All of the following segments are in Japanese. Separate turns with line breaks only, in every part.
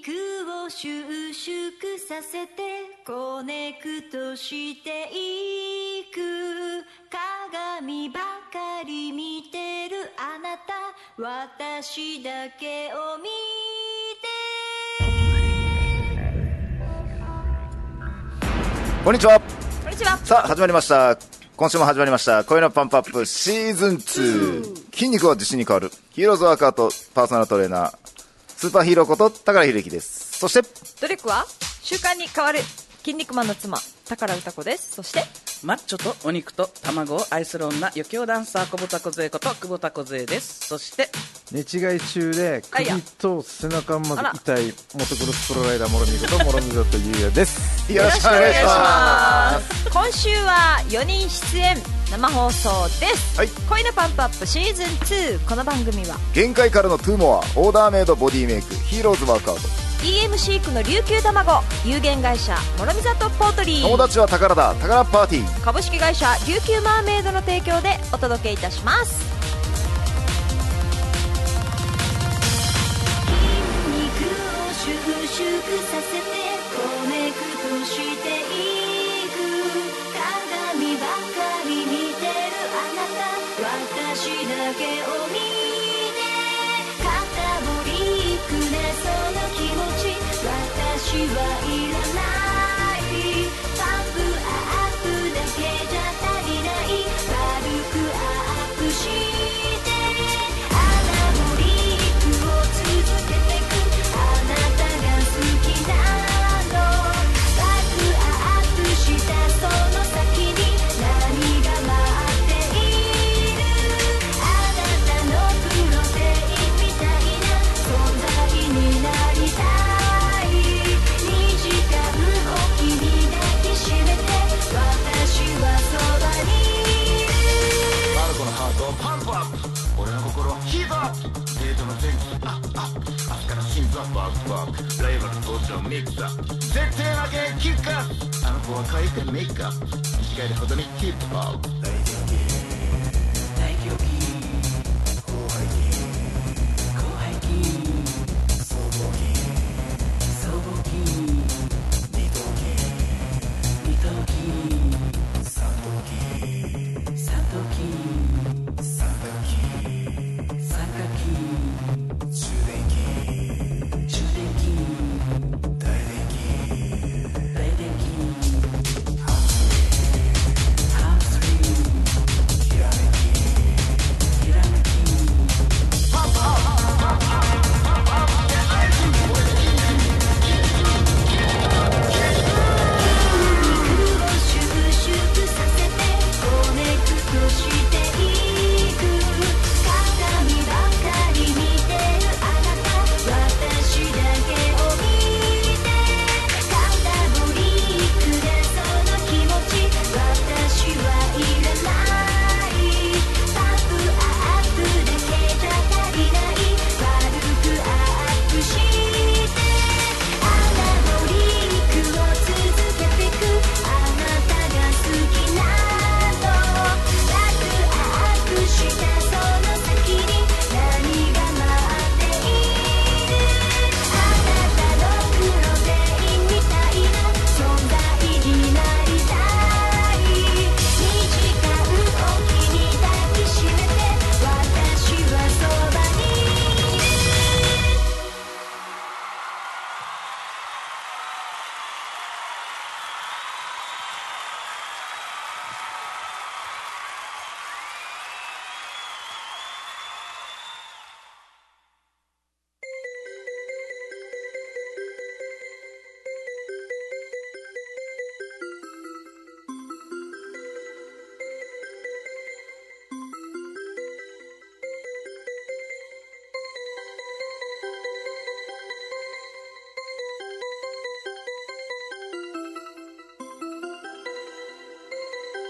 を収縮させてコネクトしていく鏡ばかり見てるあなた私だけを見て
こんにちは
こんにちは。
さあ始まりました今週も始まりました「声のパンプアップシーズン2」筋肉は自信に変わるヒーローズワークアウトパーソナルトレーナースーパーヒーローこと高良秀樹ですそして
努力は習慣に変わる。筋肉マンの妻、宝歌子です。そして、
マッチョとお肉と卵を愛する女余興ダンサー久保田梢こと久保田梢ですそして
寝違い中で
あいや
首と背中ま
あら。
で痛いモトクロスプロライダー諸見こと諸見里優也です
よろしくお願いします
今週は4人出演、生放送です。
はい
恋のパンプアップシーズン2。この番組は、
す限界からのトゥーモアオーダーメイドボディメイクヒーローズワークアウト
EM シークの琉球卵、有限会社、諸見里ポートリ
友
ー。
達は宝だ宝パーティー
株式会社琉球マーメイドの提供でお届けいたします。
肉を収縮させてコネクトしていく鏡ばかり見てるあなた私だけを見て肩をいくねその気持ち私はいらないパンプアップだけじゃ足りない軽くアップしてアナボリックを続けてく「あなたが好きなの」「ワクアップしたその先に何が待っている」「あなたのプロテインみたいな存在になりたい」「2時間おきに抱きしめて私はそばにいる」
マルコのハートをパンプアップ俺の心はヒートアップデートの前期アップアップ明日から心臓バクバクライバル登場ミックスアップ絶対負けんキックアップあの子は可愛くてメイクアップ短いほどにヒップアップ
「収縮させてコネクトしていく」「鏡ばかり見てるあなた」「私だけを見て」「肩ボリックでその気持ち」「私はいらない」「パンプアップだけじゃ足りない」「悪くアップして」「アナボリックを続けてく」「あなたが好きなの」「ワクアップしたその先に何が待っている」「あなたのプロテインみたいな存在になりたい」「2時間おきに抱きしめて私はそばにいる」
パーティータイムこんにちは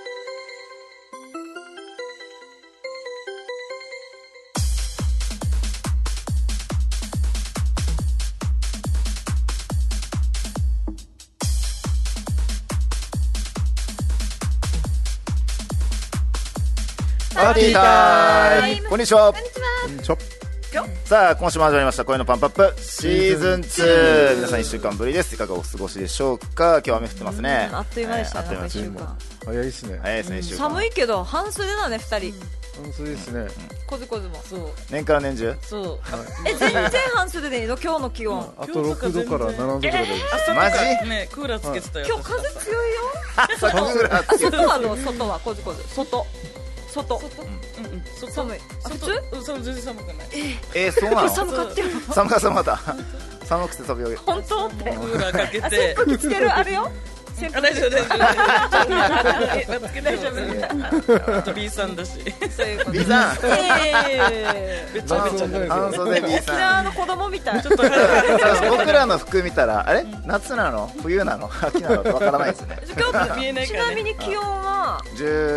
こんにちは。
こんにちは
ぴょん
さあ今週も始まりました声のパンプアップシーズン2皆さん1週間ぶりですいかがお過ごしでしょうか今日は雨降ってますね
うんあっという間でしたね
えーあっという間
なんか一週間
早いですね。
早いですね、一週間
寒いけど半袖だね2人
本当ですね。
コズコズも
そう
年から年中
そう
え全然半袖でいいの今日の気温
あと6度から7度ぐらいです。
朝
マ
マ
ジ
ジねクーラーつけてたよ
今日
私
風強いよ
寒くなって
外はどう外はコズコズ外外
うんうん外
寒いあ普通
うんそう全然寒くない
えー、そうなの
寒かったよ
寒かった寒かった寒くて飛び上げ
本当って
クーラーかけて
吹きつけるあれよ扇
あ
風
大
機
丈夫大丈夫大丈夫あと B さんだし
そういうこと
ビザ ン
え
めちゃめちゃ
夏
半袖 B
ー沖
さん
縄の子供みたい
ちょっと早い
僕らの服見たらあれ夏なの冬なの秋なのってわからないですね
今日見えない
ち
から
な
ね
みに気温は
17?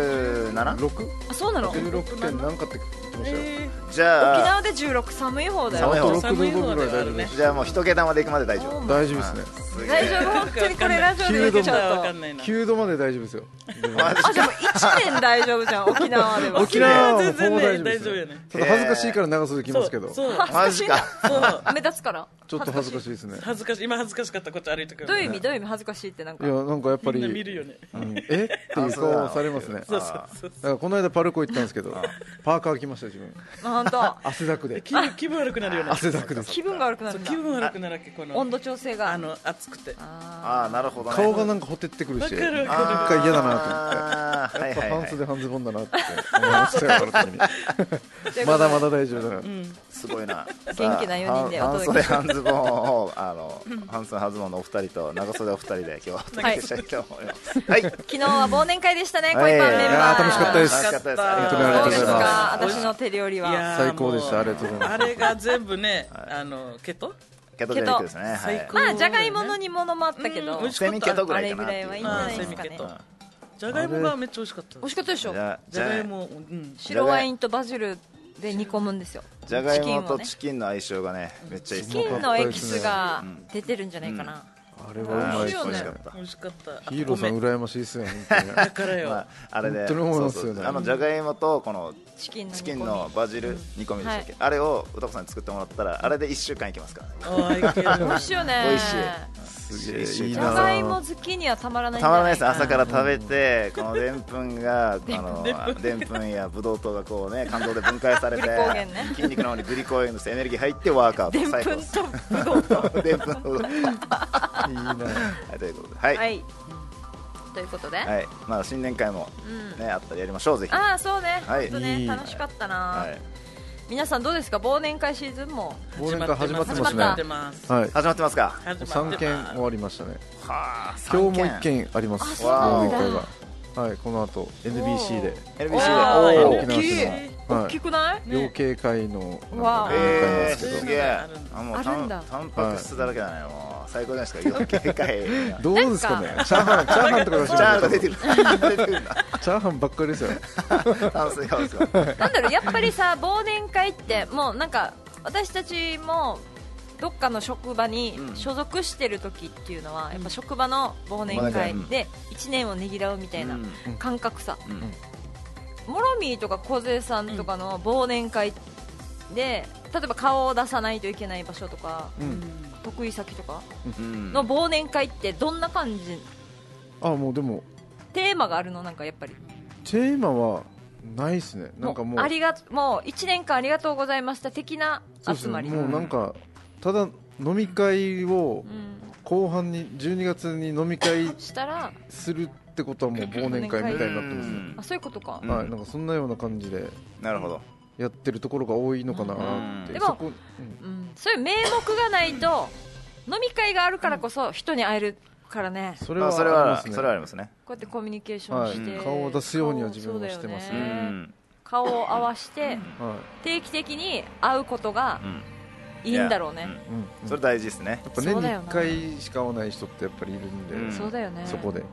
6?
あそうなの沖
16. 点なんかって言ってましたよ。
え
じゃあ
縄で16寒い方だ
寒
あ
い
よ
方
と6度分ぐらい大丈夫です。
じゃあもう一桁まで行くまで大丈夫
大丈夫ですね。
すげ
大
え
丈夫本当にこれラジオで言っ
ー
て
で
ちょ
も
っと
ちゃ
わ
う
か
と
んないな
9度まで大丈夫ですよ。
マジ
あでも1年大丈夫じゃん沖縄では
沖縄はも
全
うほ
然
ぼ
ね
大丈夫で
大
す
丈夫よ
よ。
ね
ただ恥ずかしいから長袖着ますけど。ち
そう
ょ
そう
マジか
そう
目立つから
っと恥ずかしいですね。
恥ずかしい今恥ずかしかったこっち歩いてくる
どういう意味どういう意味恥ずかしいってなん
い
か
やなんかやっぱ
み
り
んな見るよね
うんえっていう顔されますね。
そう
だ
そうそう
からこの間パルコ行ったんですけど、パーカー着ました自分。
まあ本当
汗だくで。
気分気分悪くなるよね
汗だくです。
気分が悪くな
そう
る
ん
だ
気分悪くなるわけこの
温度調整が
あの暑くて
ああなるほどね
顔がなんかほてってくるし、
わ
一
かるわかる
回嫌だなと思って。
あーはいはいは
半
い
袖半ズボンだなって思いましたよ、改めて
というこ
ま
とで
だまだ大丈夫だな。
すごいな
元気な四人でお
半
届
袖
け
半ズボンをあの半袖半ズボンのお二人と長袖お二人で今日はお届けしたいと思いますはい
昨日は忘年会でしたね
は
恋パンメン
いやー
バー
楽しかったです
楽しかったです
楽しかった
本当にありが
ど
とうございます。
うですか私の手料理
いや
は
ー
最高でした
も
ありがとうございます
あれが全部ねあのケト
ケトジェニックですねは
最
い
高
まあじゃがいもの煮物もあったけど
うん美味し
セミケトぐら
あ
い
れ
か
ぐ
なっ
ら
てい
いうはいいんじゃ
まあ
ない
セ
です
ミ
か
ケ
ね
トじゃがいもがめっちゃ美味しかった
美味しかったでしょ
じゃ
じゃがいもうん
白ワインとバジルで煮込むんですよ
じゃがい
チキ
も
ンを
と
ね
チキンの相性がねめっちゃいいです
チキン
金のエキスが出てるんじゃないかな
あれはうまいです
美味し
ね
か。った
美味しかった
ヒーローさん
米
羨ましいですよ、本当 に。
だからよ
まああれで
本当に思いますよね
そうそうあのじゃがいもとこの
チキンの煮込み
チキンのバジル煮込みでしたっけ、
は
あれを歌子さんに作ってもらったらあれで1週間いきますからね
あーい ける
美味しいよね
美味しい
すげえいい
じ
な
ゃがいも
ぁ
好きにはたまらないんじ
た
ゃ
まらない
ない
です
か
朝から食べてこのでんぷんがあのでんぷんやブドウ糖がこうね肝臓で分解され て
グリコーゲンね
筋肉の方にグリコーゲンのエネルギー入ってワークアウト
でんぷ
最高で
ん
す
とぶどうと
でんぷん
いいなぁ
はいということではい、
は
はい
いということで
まあ、新年会も、ねあったらやりましょうぜひ
ああそうね
はい
本当ね
いい
楽しかったな
はい、
皆さんどうですか忘年会シーズンも
忘年会始まってま
ま
すすね。
ね
始ま
は
ってます
い。
始まってますか
始まって
3件
ます
終わりましたね。
はあ
今日も1件あります。
あ
忘
そう
年
な
会
んだ
が。はい、この後 NBC で。
LBC で
わー
おー
沖縄市の。
大
はい
き。くない
ね
養鶏会の。
わあ
会
え
なんです
ー、
け
す
ど。
げえ
あるんだ
あもう
あるん
た
だ
んタンパク質だらけだね、もう最高じゃないですか余計かいチ
どうですかね。チャーハン、チャーハンとかが欲しい
ャーハンが出てくる出てくるんだ
チャーハンばっかりですよ。
炭水化物が
なんだろうやっぱりさ忘年会ってもうなんか私たちもどっかの職場に所属してる時っていうのは、やっぱ職場の忘年
忘
会
年
で1年をねぎらうみたいな
うん
感覚さ、
うん
モロミーとか小勢さんとかの忘年会で例えば顔を出さないといけない場所とか
うん。
得意先とか
うん
の忘年会ってどんな感じ
あ、もうでも、
テーマがあるのなんかやっぱり
テーマはないですね。なんかもう。
ありがもう1年間ありがとうございました的な
そうです
集ま
ね
り
もうなんかただ飲み会を
うん
後半に12月に飲み会
したら
するってことはもう忘年会みたいになってますね、
あそういうことか
うん
はい、なんかそんなような感じで
なるほど
やってるところが多いのかなって、
うん
そこ、うん
うん、そういう名目がないと飲み会があるからこそ人に会えるからね
そ
そ
れ
れは
は
それ
あり
は
ますね
それはありますね
こうやってコミュニケーションして、
はい顔を出すようには自分はしてますね
そうだよ
うん
顔を合わして
は
定期的に会うことが
うん
いいんだろうね
いや
いう
う
ん
ん
う
そ
ん
れ大事ですね
やっぱ年に1回しか会わない人ってやっぱりいるんで、
うん
やっ
そうだよね
そこで
うん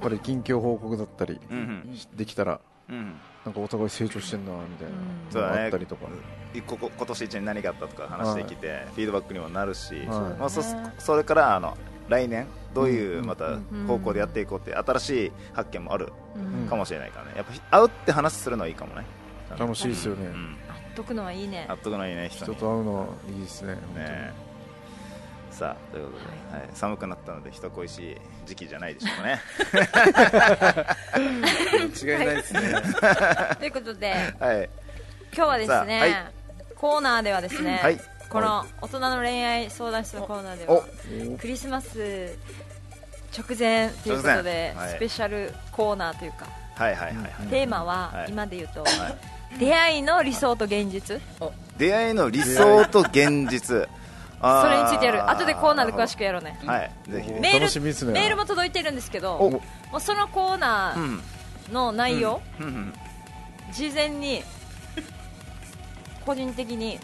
ぱり近況報告だったり
うん
できたら
うんうん
なんかお互い成長してんなみたいな
うん
のがあったりとか、
いここ今年一年何があったとか話してきてフィードバックにもなるし
はい
まあそそれからあの来年どういううんまた
ん
方向でやっていこうって新しい発見もある
うん
かもしれないからねやっぱ会うって話するのはいいかもね
楽しいですよね、
うん
とくのはいいね
あっとくのいいね、人
人
に。
と会うのいいですね
ねさあ、ということで、はい、寒くなったので人恋しい時期じゃないでしょうか ね。
本当に間違いないですね
ということで
はい。
今日はですね、
さあは
コーナーではですね、
はい
この大人の恋愛相談室のコーナーで
お
はクリスマス直前という
直
こと
前
で、
はい
スペシャルコーナーというか、
はいはいはいはい。
テーマは、
はい
今で言うと、出会いの理想と現実
出会いの理想と現実。あ
それについてやる後でコーナーで詳しくやろうね
はい、ぜひね。
メール
楽しみですね
メールも届いてるんですけど
お
もうそのコー
う
ナ
ん。
ーの内容、
うんうん
事前に個人的に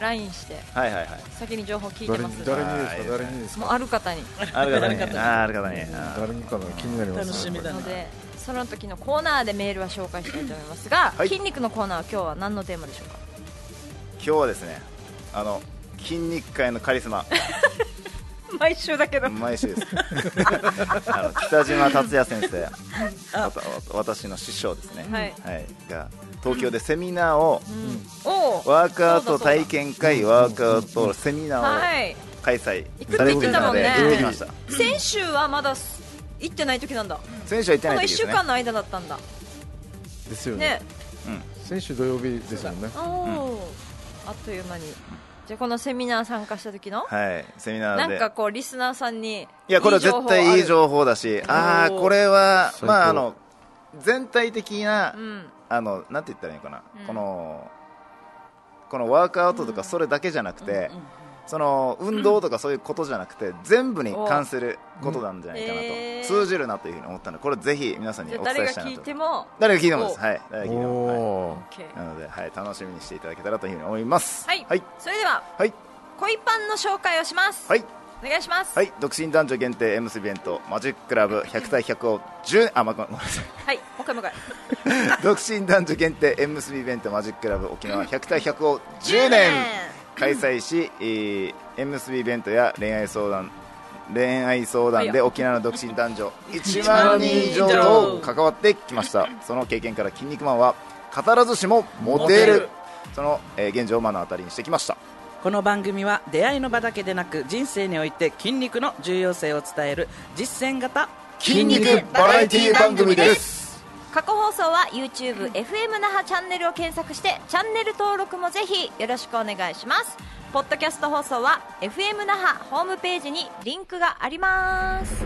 LINE して
はいはいはい。
先に情報聞いて
誰
ま
に
す
誰
も
にですか誰にです
う
か
ある方に
ある方に。あーある方に。あー
誰にかな気になりますね
楽しみだ
のでその時のコーナーでメールは紹介したいと思いますが、
はい
筋肉のコーナーは今日は何のテーマでしょうか
今日はですね、あの、筋肉界のカリスマ、
毎週だけど
毎週です。あの北島達也先生、わたわ私の師匠ですね。
はい
が、東京でセミナーを、
おお
ワークアウト体験会、ワークアウトセミナーを
はい
開催
行く
されていたので、
って
行っ
言ってたもんね
てきました。
先週はまだす行ってない時なんだ
選手は行ってな
こ
い
の1
時です
週
ね。
間の間だったんだ
ですよね
ね
先週土曜日ですもんね
おおあっという間にじゃあこのセミナー参加した時の
はい、セミナ
な
ーで。
んかこうリスナーさんに
いや、これは絶対いい
報
情報だし、ああ、これは、
最高
まあ、あの、全体的な、
あるうん
あの、なんて言ったらいいのかな、
うん
この、このワークアウトとかそれだけじゃなくて、その、運動とかそういうことじゃなく て、全部に関することなんじゃないかなと、
うんえー
通じるなというふうに思ったので、これぜひ皆さんに
じゃあ
お伝
誰
え
が
した
聞
い
い
な
て
と。
も
誰が聞いてもです。はい、誰が聞いても。はい
おー
OK
なので、はい、楽しみにしていただけたらというふうに思います。
はい、
はい、
それでは
はい、
恋パンの紹介をします、
はい
お願いします
はい、独身男女限定 M スイベントマジッククラブ100対100を10あ、ま、ごめんなさい
はい、もう一回もう一 回
独身男女限定 M スイベントマジッククラブ沖縄100対100を10年開催し、えー、M スイベントや恋愛相談恋愛相談で沖縄の独身男女1万人以上と関わってきま したその経験から「筋肉マン」は語らずしもモテる
モテる
その、えー現状を目の当たりにしてきました
この番組は出会いの場だけでなく人生において筋肉の重要性を伝える実践型
筋肉バラエティ番組です
過去放送は YouTubeFM 那覇チャンネルを検索してチャンネル登録もぜひよろしくお願いしますポッドキャスト放送は FM 那覇ホームページにリンクがあります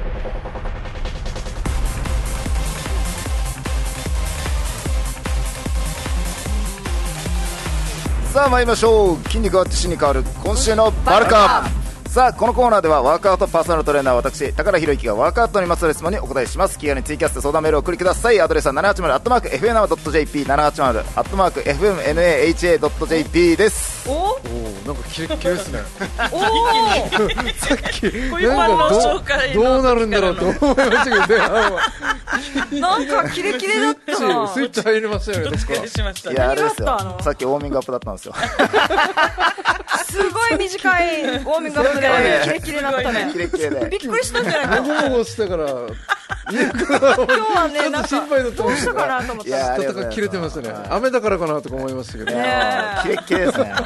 さあ参りましょう筋肉は父に変わる今週のバルカさあこのコーナーではワークアウトパーソナルトレーナー私高田博之がワークアウトにまつわる質問にお答えします気軽にツイキャスト相談メールをお送りくださいアドレスは 780-fnama.jp780-fmnaha.jp です
お
おーなんかキレッキレですね
お
さっき
恋パンの紹介
どうどう
の
なるんだろうと思いましたけどね
なんかキレキレだった な
スイッチ入りましたよね
お疲れしました
いやあれです
何
よ
があったの
さっきウォーミングアップだったんです よ
すごい短いウォーミングアップでキレキレだったね
キレッキレで
びっくりしたんじゃない
ボ
か
コボコしてから
今日は
ちょ
ね
っ
な
と
んか
心配だった
ど
ん
う
で
し
すよ
たかなと思っ
いや
た
ちょっと切れてますね雨だからかなとか思いましたけど
ねえ
キレッキレですねもう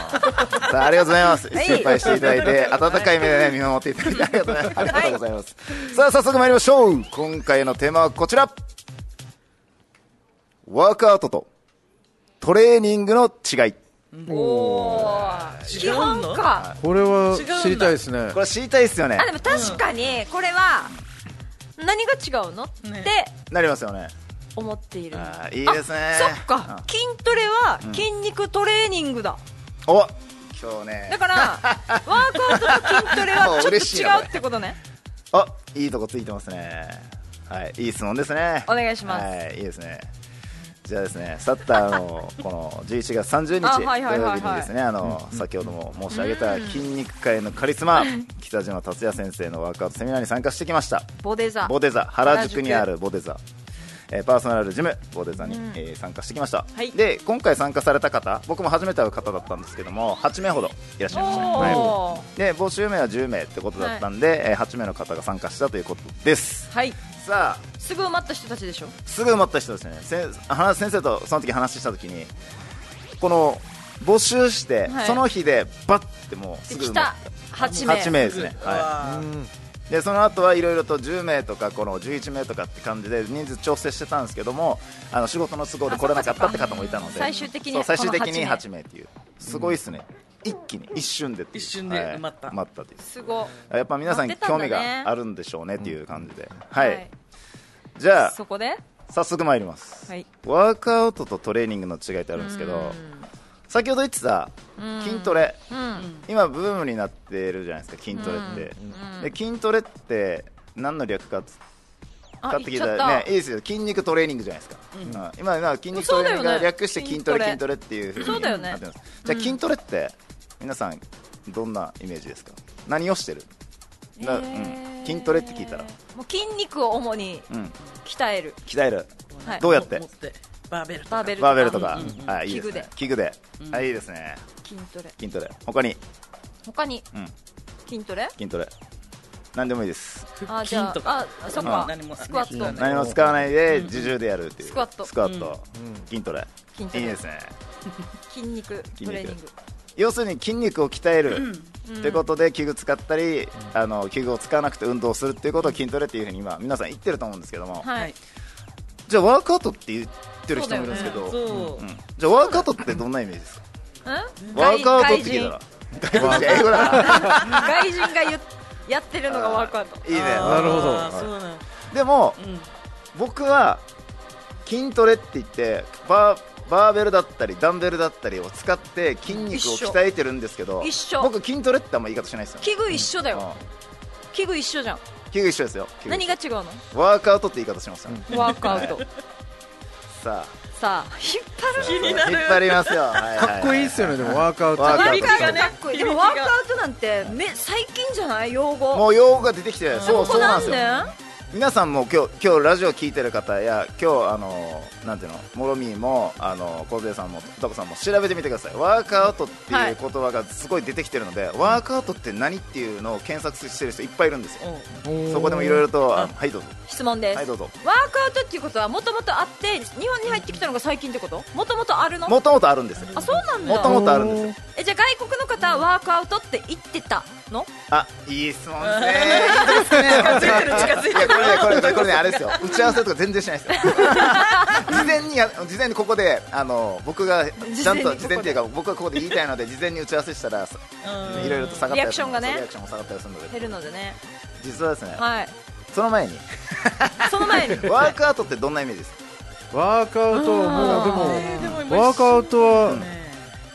さあありがとうございます
い
心配していただいて温かい目でね見守っていただいてありがとうございますありがとうございます さあ早速参りましょう今回のテーマはこちらワークアウトとトレーニングの違い
おー基本か
これは知りたいですね
これ知りたいですよね
あでも確かにこれは何が違うのって
ね
なりますよね
思っている
あーいいですね
そっか筋トレは筋肉トレーニン グだ
うんお今日ね
だからワークアウトと筋トレは
もう嬉しい
ち
な
ょっ
ことれ
違うってことね
あいいとこついてますねはいいい質問ですね
お願いします
はいいいですねじゃあですねサッター のこの11月30日
あ
土
はいはいはい
曜
はい
日にですねあの先ほども申し上げた筋肉界のカリス マ北島達也先生のワークアウトセミナーに参加してきました
ボデザ
ボデザ原宿にあるボデザえーパーソナルジムボデザに、えー参加してきました、
はい
で今回参加された方僕も初めて会う方だったんですけども8名ほどいらっしゃいましたね、はい
おー
で募集名は10名ってことだったんで、えー8名の方が参加したということです
はい
さあ
すぐ埋まった人たちでしょ
すぐ埋まった人ですねせん話先生とその時話した時にこの募集して、
はい
その日でバッてもうすぐ
来た8名
8名ですね、は
あ
い、でその後はいろいろと10名とかこの11名とかって感じで人数調整してたんですけどもあの仕事の都合で来れなかったって方もいたので
あそっかそっか最終的に
そう最終的に
この
8名っていうすごいですね、一気に一瞬でっていう
一瞬で埋まった
はい埋まったっていう
すご
やっぱ皆さん
待
に
ってたん
興
だね
味があるんでしょうねっていう感じで、はい、じゃあ
そこで
早速参ります、
はい
ワークアウトとトレーニングの違いってあるんですけど先ほど言ってた筋トレ
うん
今ブームになってるじゃないですか筋トレって、で筋トレって何の略かっつ
あ
かって聞いたらねいいですよ筋肉トレーニングじゃないですか、うん今今筋肉トレーニング
そうだよ
が
ね
略して筋トレ
筋
筋
ト
トレっていうふうに
そうだよね
なってますじゃあ筋トレって皆さんどんなイメージですか何をしてる、なうん、筋トレって聞いたら、
もう筋肉を主に
うん、
鍛える
鍛える
はい
どうやって
持バーベルとか
バーベル
バーベルとか、
うんうん
はいいい
器
で
具
すね
で
器具で、はいいいですね
筋トレ
筋トレ他に、
他に
うん、
筋トレ
筋トレ何でもいいです
あじゃ
筋と
あ
か
あそっ
う
か
ん何も
スクワット
何も使わないで自重でやるっていう
スクワット
スクワット、筋トレ
筋トレ
いいですね
筋肉トレーニング
要するに筋肉を鍛える、ってことで器具使ったり、あの器具を使わなくて運動するっていうことを筋トレっていうふうに今皆さん言ってると思うんですけども、
はい
じゃあワークアウトって言ってる人もいるんですけど、
そう
うんじゃあワークアウトってどんなイメージですか
うん
ワークアウトって聞いたら 外人英語だ
外人が言っ やってるのがワークアウト
いいね
なるほど
あーそうなん
でも、
うん
僕は筋トレって言ってバーバーベルだったりダンベルだったりを使って筋肉を鍛えてるんですけど
一緒
僕筋トレってあんま言い方しないですよ、ね
器具一緒だよ器具一緒じゃん
うん器具一緒ですよ器具
何が違うの
ワークアウトって言い方しますよね、
ワークア ウト
さあ
さあ引っ張る
引っ張りますよ、
かっこいいっすよねでもワークアウト
ワ
ワ
ーク
ーク
ア
ア
ウ
ウ
ト
トかっこいいでもワークアウトなんてめ最近じゃない用語
もう用語が出てきてそう
こ
そ
こ
うなん
何
です
年
よ皆さんも今日今日ラジオ聞いてる方や今日あのなんていうのもろみーもあの小杉さんもタコさんも調べてみてくださいワークアウトって
は
いう言
い
葉がすごい出てきてるので、ワークアウトって何っていうのを検索してる人いっぱいいるんですよそこでもいろいろとあのはいどうぞ
質問です、
はいどうぞ
ワークアウトっていうことはもともとあって日本に入ってきたのが最近ってこともともとあるの
もともとあるんですよ
あそうなん
もと
だ
もとあるんですよ
えじゃあ外国の方はワークアウトって言ってたの
あいい質問ですねい やこれねこれこれこれねあれですよ打ち合わせとか全然しないですよ事前にや事前にここであの僕がちゃんと事
事前にここで
前っていうか僕がここで言いたいので事前に打ち合わせしたらさいろいろと下がったり
リアクションがね
そうリアクションも下がったりするので
減るのでね
実はですね
はい
その前に
その前に
ワークアウトってどんなイメージですか
ワークアウトもう
えーでも
で
今
もワークアウトは
ね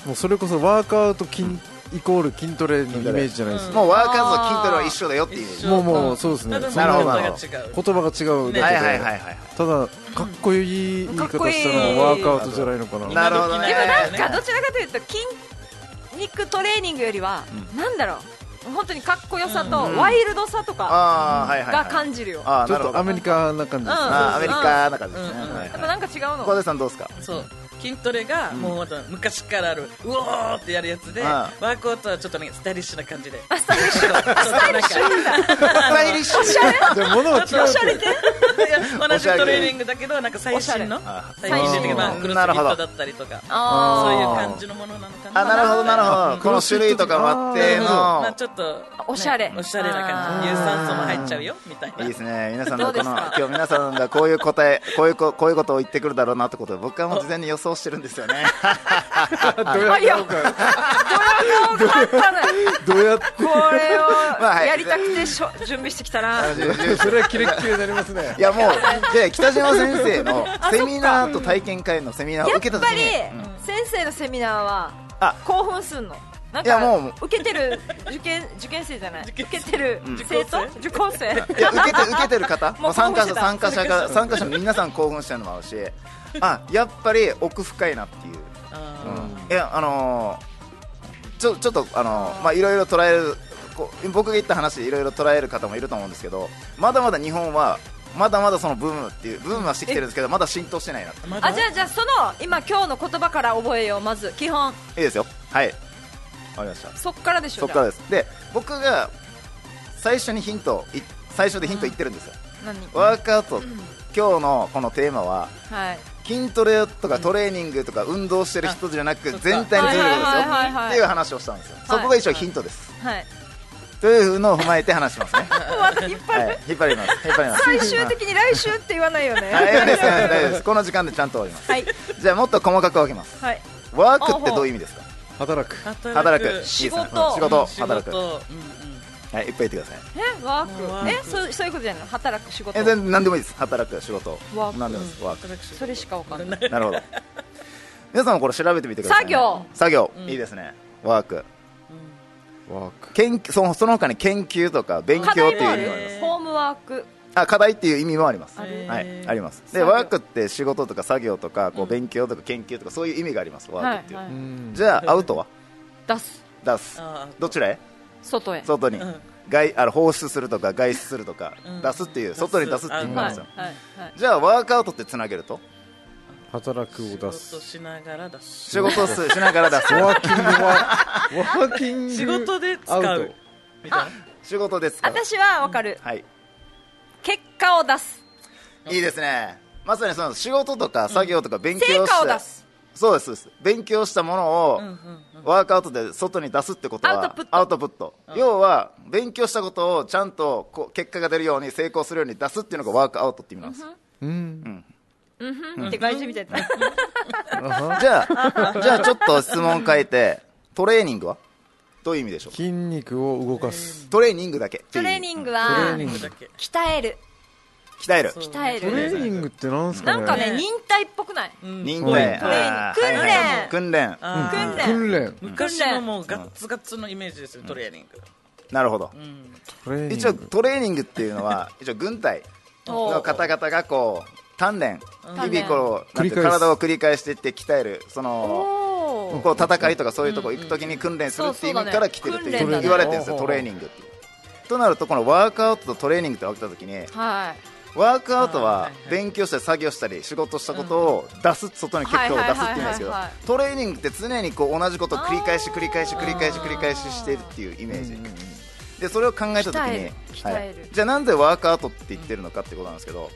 もうそれこそワークアウト筋イコール筋トレのイメージじゃないですか
もうワークアウトと筋トレは一緒だよっていうイメージ
一緒
もうもうそうです
た
ね
だ
そんな
なる
の
ほど
が
なる
言
ほ
言葉が違う
葉
は
が違う
い
だ
は
け
いはい
で
はい
ただかっこいい言い
かっこ
方
いい
したらワークアウトじゃないのかな
なるほどね
でもなん
は
かどちらかというと筋肉トレーニングよりは、なんだろう本当にかっこよさとワイルドさとか
ああはいはいは
が
い
感じるよ、
ああ
ちょ
な
っ
るほ
と
ど
アメリカな感じですね
うん
あーアメリカな感じですね
うんうん
はい
やっぱ
は
ないんか違うの
小出さんどう ですか
そう筋トレがもうまた昔からあるうおーってやるやつで
うん
ワークアウトはちょっとねスタイリッシュな感じで
スタイリッシュ
スタイリッシュ
スタイリッシュ
でも物は違うって
同じトレーニングだけどなんか最新の
あ
最近出てきたまあ
うん
クロス
なる
フィ
ほ
ッ
ど
トだったりとか
あ
そういう感じのものなのかな
あなるほどなるほどこの種類とかもあって
まあ
の
ちょっと
ーおしゃれ、
おしゃれな感じ有酸素も入っちゃうよみたいない
いですね皆さんの
どうで
こ
す
の
か
今日皆さんがこういう答えこういうここういうことを言ってくるだろうなってことを僕はもう事前に予想してるんですよね
どうやってやろうか
よかったね
どうやって
これ
まあは
を
い
やりたくてしょ準備してき たな
それはキレッキレになりますね
いやもうで北島先生のセミナーと体験会のセミナーを
や
受
っぱ
け
り
た時にうん
先生のセミナーは
あ
興奮すんのなん
いやもう
か受けてる受験受験生じゃない受けてる生徒受講生
いや受けて受けてる方
もう
参加者
興奮してた
参加者が参加者の皆さん興奮してるのもあるしあやっぱり奥深いなっていう
あ
いやあのーちょちょっとあのーまあいろいろ捉えるこう僕が言った話でいろいろ捉える方もいると思うんですけどまだまだ日本はまだまだそのブームっていうブームはしてきてるんですけどまだ浸透してないなってい
ーまだ
あじゃあじゃあその今今日の言葉から覚えようまず基本
いですよはいわかりました
そっからでしょ
そこから
じ
ですで僕が最初にヒントをい最初でヒント言ってるんですよ、
ゃあ何
ワークアウト、今日のこのテーマは
はい
筋トレとかトレーニングとか運動してる人じゃなく全体に
は
ということで
い
すよ
はいはいはいはい
っていう話をしたんですよそこが一応ヒントです
はい
というのを踏まえて話しますね
ま た引っ張る、
はい引っ張ります引っ張ります
最終的に来週って言わないよね
はい大丈夫です大丈夫ですこの時間でちゃんと終わります
はい
じゃあもっと細かく分けます
はい
ワークってどういう意味ですか
働く
働くいいです
仕
ね
事
仕事働く
仕事うんうん
はいいっぱい言ってください
えワー
ワ
ク
ー
えそうそういうことじゃないの働く仕事
え全然何でもいいです働く仕事
ワーク
何でもいいですワーク
働く仕事
それしかわかんない
なるほど皆さんもこれ調べてみてください、ね、
作業
作業、
うん
いいですねワーク
ワーク
研究そのその他に研究とか勉強
課
っていう
題
意
もあ
味
る
もあります
ホームワーク
あ課題っていう意味もあります
ある
はい、ありますで
作業
ワークって仕事とか作業とかこう勉強とか研究とかそういう意味がありますワークっていう、
はいうは
ん
じゃあアウトは
出す
出す
あー
どちらへ
外へ
外に、
うん
外あの放出するとか外出するとか、
うん
出すっていう
出す
外に出すっていう意味なん
は
で
い
す
は
よ
い、はい
じゃあワークアウトってつなげると
働くを
仕
出
事
す
しながらだし
仕事をすしながら 出す
ワーキングはワーキング
仕事で使
アウ
う
ト
みたい
仕事ですから
私はわかる
はい
結果を出す
いいですねまさにその仕事とか作業とか勉強
成
した、
果を出す
そうですそうです勉強したものを、
なうんうん
ワークアウトで外に出すってことは
アウトプット
プット要は勉強したことをちゃんとこう結果が出るように成功するように出すっていうのがワークアウトって意味なんですよ
うん
うんって外人みたいな
じゃあ じゃあちょっと質問変えてトレーニングはどういう意味でしょう
筋肉を動かす
トレーニングだけ
トレーニン
グ
ト
グ
レー
は
ニング
だけ
鍛える
鍛える
そう
鍛え
トレ
る
ーニングってなんすか
な
ね
んかね忍耐っぽくない
うん
人間
トレーニン
グ
あー
トレーニ
は
ング
いはい訓練
あー
訓練
訓練
昔のもうガッツガッツのイメージですよトレーニング
なるほど
うん
トレーニング
一応トレーニングっていうのは 一応軍隊の方々がこう鍛錬
鍛錬
日々こうなんて
繰り返す
体を繰り返していって鍛えるその
おー
こう戦いとかそういうとこ行くときに訓練するっていう意味から来てるって
そうそうだね
言われてるんですよト
訓練だね
レーニングってとなるとこのワークアウトとトレーニングって分けたときに
はい
ワークアウト
はいは
はい
はい
勉強したり作業したり仕事したことを出す外に結果を出すっていうんですけど
はいはいはいはいはい
トレーニングって常にこう同じことを繰り返し繰り返し繰り返し繰り返ししてるっていうイメージでそれを考えた時に
鍛える鍛
は
え
い
る、
じゃあなんでワークアウトって言ってるのかってことなんですけど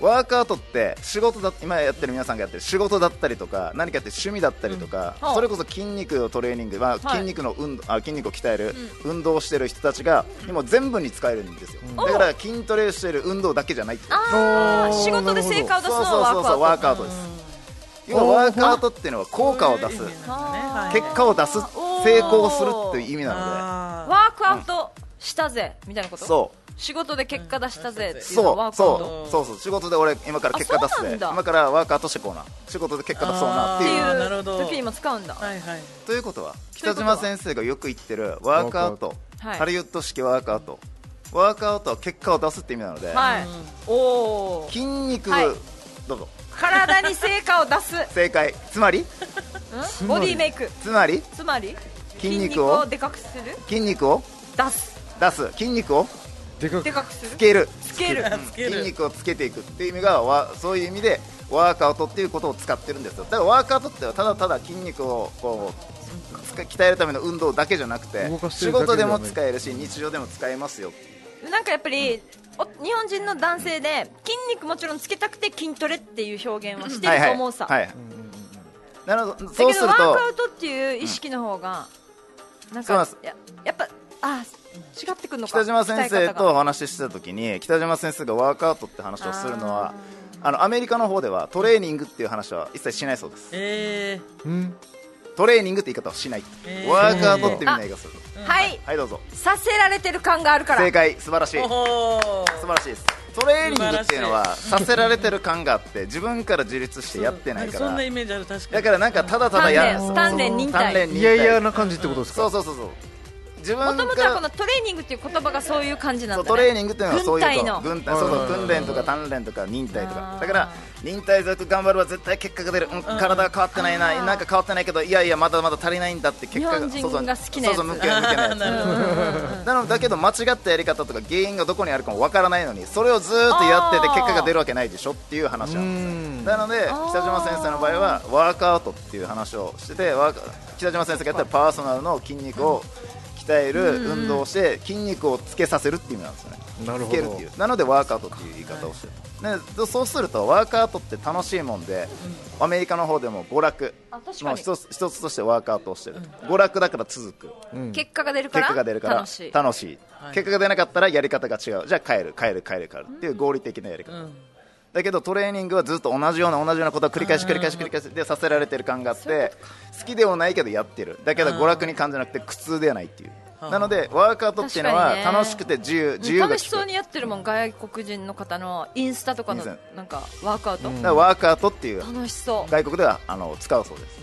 ワークアウトって仕事だ今やってる皆さんがやってる仕事だったりとか何かやってる趣味だったりとか、
うん
それこそ筋肉のトレーニング、まあ、
はい
筋肉の運動、あ筋肉を鍛える、運動をしてる人たちがもう全部に使えるんですよ、だから筋トレをしてる運動だけじゃないってこと
あー
おー
仕事で成果を出すの
そう
はワ
そうそう
ー
そう
クア
ワー
ウト
クアウトです要はワークアウトっていうのは効果を出す
そういう意味なんだねはい
結果を出す
おー
成功するっていう意味なの
あ
ワークアウトしたぜみたいなこ
で
と
そう
仕事で結果出したぜっていうの
そ
はワ
う
ークアウト
そうそうそう仕事で俺今から結果出
あそ
す
うなん
で
だ
今からワークアウトしてこうな仕事で結果出そうなっ
そ
て
って
いう
あー
い
なる
う
ほど
時にも使うんだ
ーはいはい
ということは
という
北
ことは
島先生がよく言ってるワークアウト
はい
ハリウッド式ワークアウトワークアウトは結果を出すって意味なので
はいおおー
筋肉
はい
どうぞ
体に成果を出す
正解つまり
んボディメイク
つまり
つまり
筋肉を
でかくする
筋肉を
出す
出す筋肉を
でかく
でかくする
つける
つける
つける
筋肉をつけていくっていう意味がわそういう意味でワークアウトっていうことを使ってるんですよだからワークアウトってただただ筋肉をこうつ鍛えるための運動だけじゃなくて
動かして
仕
るだけで
事
はな
で
い
も使えるし日常でも使えますよ
なんかやっぱりお日本人の男性で筋肉もちろんつけたくて筋トレっていう表現はしてると思うさ
はい
だ
はい、なるほど
けど
そ
ワ
うする
ーク
と
アウトっていう意識の方がなん
そうなん
か
です
ややっぱあー違ってくるのか
北島先
伝え
生
方が
とお話ししてた時に北島先生がワークアウトって話をするのはあのアメリカの方ではトレーニングっていう話は一切しないそうです
え
うん
トレーニングって言い方をしない
えー
ワークアウトってみんな言い方する
はい
はいどうぞ
させられてる感があるから
正解素晴らしい
ーおお
素晴らしいですトレーニングっていうのはさせられてる感があって自分から自立してやってないか
そんなイ
ら
メージある確か
だ
に
からなんかただただや
鍛錬
そう
鍛錬忍耐
鍛錬
い
忍
や
耐
いやな感じってことですか
そうそうそうそう自
も
分
ともと
か
はこ
ら
のトレーニングっていう言葉がそういう感じなん
そ
だ、
う
ね、
トレーニングっていうのはそういう
軍隊
こと
の
軍隊そうそう訓練とか鍛錬とか忍耐とかだから忍耐強く頑張るは絶対結果が出る、うん、体が変わってないななんか変わってないけどいやいやまだまだ足りないんだって結果が
日本人が好 きなやつ
そうそうそう向け向けないやつなのだけど間違ったやり方とか原因がどこにあるかもわからないのにそれをずーっとやってて
あー
結果が出るわけないでしょっていう話なんですよ
うん
なので北島先生の場合はワークアウトっていう話をしててワーク北島先生がやったらパーソナルの筋肉を鍛える運動をして筋肉をつけさせるっていう意味なんですよね
なる
つ
ほど
けるっていうなのでワークアウトっていう言い方をしてるねそうするとワークアウトって楽しいもんで、アメリカの方でも娯楽
あ確かに
もう一つ一つとしてワークアウトをしてる、娯楽だから続く
結果が出るから
結果が出るから
楽しい
い
結果が出なかったらやり方が違うじゃあ帰る帰る帰る帰るっていう合理的なやり方、だけどトレーニングはずっと同じような同じようなことを繰り返し繰り返し繰り返しでさせられてる感があって好きでもないけどやってるだけど娯楽に感じなくて苦痛ではないっていうなのでワークアウトっていうのは
確かにね
楽しくて自由自由が
楽
利
し
く
そうにやってるもん外国人の方のインスタとか
イ
の
ンス
なんかワークアウト、
だからワークアウトっていう
楽しそう
外国ではあの使うそうです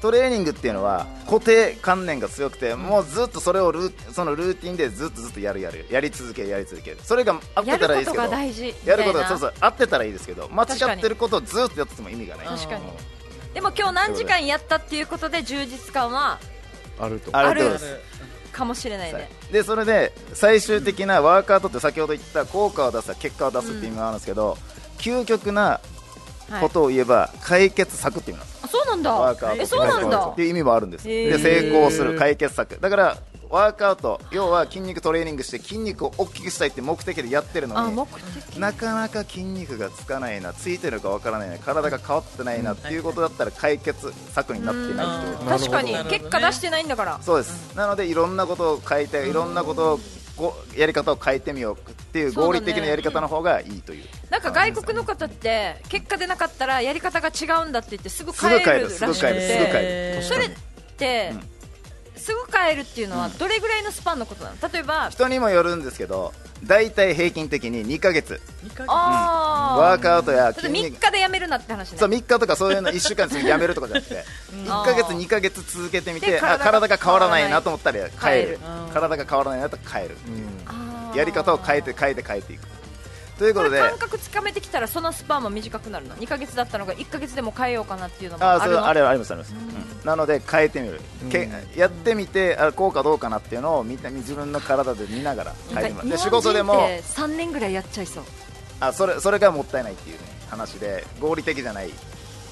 トレーニングっていうのは固定観念が強くてもうずっとそれをルーそのルーティンでずっとずっとやるやるやり続けるやり続けるそれが合ってたらいいですけど
やることが大事みたいな
やることがそうそう合ってたらいいですけど間違ってることをずっとやってても意味がない
確かにでも今日何時間やったっていうことで充実感は
あると
ある
あ
と
るかもしれないね
でそれで最終的なワークアウトって先ほど言った効果を出す結果を出すっていう意味があるんですけど、究極な
はい
ことを言えば解決策っていう意味なんです
あそうなん
ワ
だ
ークアウト
えそうなんだ
っていう意味もあるんです、
へ
で
ー
成功する解決策だからワークアウト要は筋肉トレーニングして筋肉を大きくしたいって目的でやってる
あ
の
目
に
的
なかなか筋肉がつかないなついてるかわからないな体が変わってないなっていうことだったら解決策になってないっていう
うん
確かに
なるほど
結果出してないんだから
そうです、なのでいろんなことを変えていろんなことをこうやり方を変えてみようっていう合理的なやり方の方がいいという
なんか外国の方って結果出なかったらやり方が違うんだって言ってすぐ
すぐ
変
変え
え
る
る
す
ら
ぐ
しく
変えるすぐ
て
変える
それってすぐ変えるっていうのはどれぐらいのスパンのことなの例えば
人にもよるんですけど大体平均的に2ヶ月ワ
あ
ークアウトや
あ3
筋肉
日でやめるなって話ね
そう3日とかそういうの1週間でやめるとかじゃな くて1か月
あー
2か月続けてみ
で
てあ体
体
が
が
変
変
わ
わ
ら
ら
な
ない
いなと思ったら変える
変える
体が変わらないなと変える
あー
やり方を変えて変えて変えていくという
こ
こと
れ
で
感覚つかめてきたらそのスパンも短くなるの2ヶ月だったのが1ヶ月でも変えようかなっていうのも
あー
あ
そ
る
れ
の
あれはありますあります、うんなので変えてみる、けやってみてあ効果どうかなっていうのを見た自分の体で見ながら変えてみるで仕事でも
3年ぐらいやっちゃいそう
あそれそれがもったいないっていう、ね、話で合理的じゃない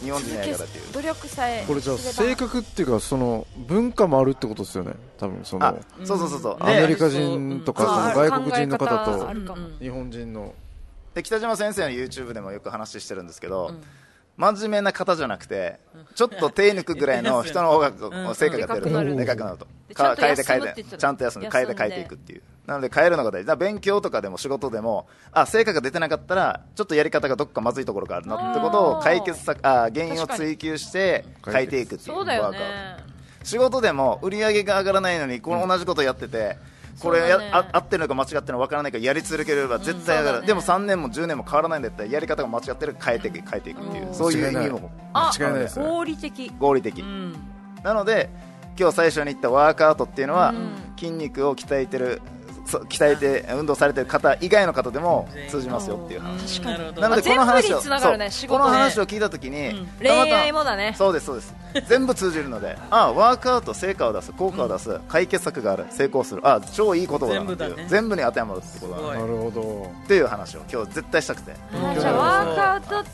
日本人のやり方っていう
努力さえ
これじゃあ
すれば
性格っていうかその文化もあるってことですよね多分そ
あ
の
そうそうそうそう、
ア
で
メリカ人と
あ
か
ー
その外国人の方
考え
と
あるかも
日本人の
で北島先生の YouTube でもよく話してるんですけど、真面目な方じゃなくてちょっと手抜くぐらいの人の方がこう成果が出
でかくな
る
る
でかくなると
で
か
ちゃ
変え
んと
て変
休
え
むって
て
言ってた
ちゃんと休んで変えて変えていくっていうなので変えるのが大事だから勉強とかでも仕事でもあ成果が出てなかったらちょっとやり方がどっかまずいところがあるなってことを解決策あ原因を追求して変えていくっていう
そうだよ
ワー
ね
クアウト仕事でも売り上げが上がらないのにこの同じことやってて、これや、
そうだね
あ合ってるのか間違ってるのか分からないからやり続ければ絶対上がる、でも3年も10年も変わらないんだったらやり方が間違ってる変えていく変えていくっていう、そういう意味も
あ
違いないですね
合理的
合理的、なので今日最初に言ったワークアウトっていうのは、筋肉を鍛えてるそ鍛えて運動されてる方以外の方でも通じますよっていう話、
確かになるほど
なのでこの話を
全部に繋がるね
そう
仕
こ
事ね
の話を聞いたときに、
恋愛もだね
そうですそうです全部通じるのであワークアウト成果を出す効果を出す、解決策がある成功するあ超いい言葉だなってい
全部
う
だね
全部に当てはまるってことだな
ごい
なるほど
っていう話を今日絶対したくて
あじゃあワークアウト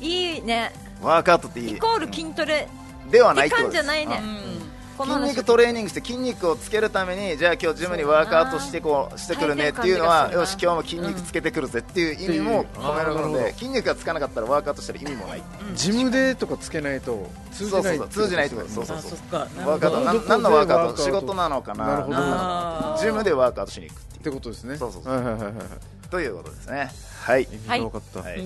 いいね
ワークアウトっていい
イコール筋トレ
ではない
時
ってことで
間じ
す
ゃないねこの
筋
話
肉トレーニングして筋肉をつけるためにじゃあ今日ジムにワークアウトしてこうしてくるねっていうのは
体
よ
力
し
感じがする
今日も筋肉つけてくるぜっていう意味も込められるので筋肉がつかなかったらワークアウトしたら意味もない
ジムでとかつけないと通じ
そう
な
そ
いう
そう
ってこと
通じないってことですそうそう
あ
そ
そうっか
ワークアウト
なるほど
な何のワークアウ
ど
ト
こでワークアウ
仕
ト
事なのかな
なるほど
何の
あ
ジムでワークアウトしに行くってい
ってことですね
そうそうそう
はいはいはいはい
いうということですねはい、
意味
はい
が分かった、
はい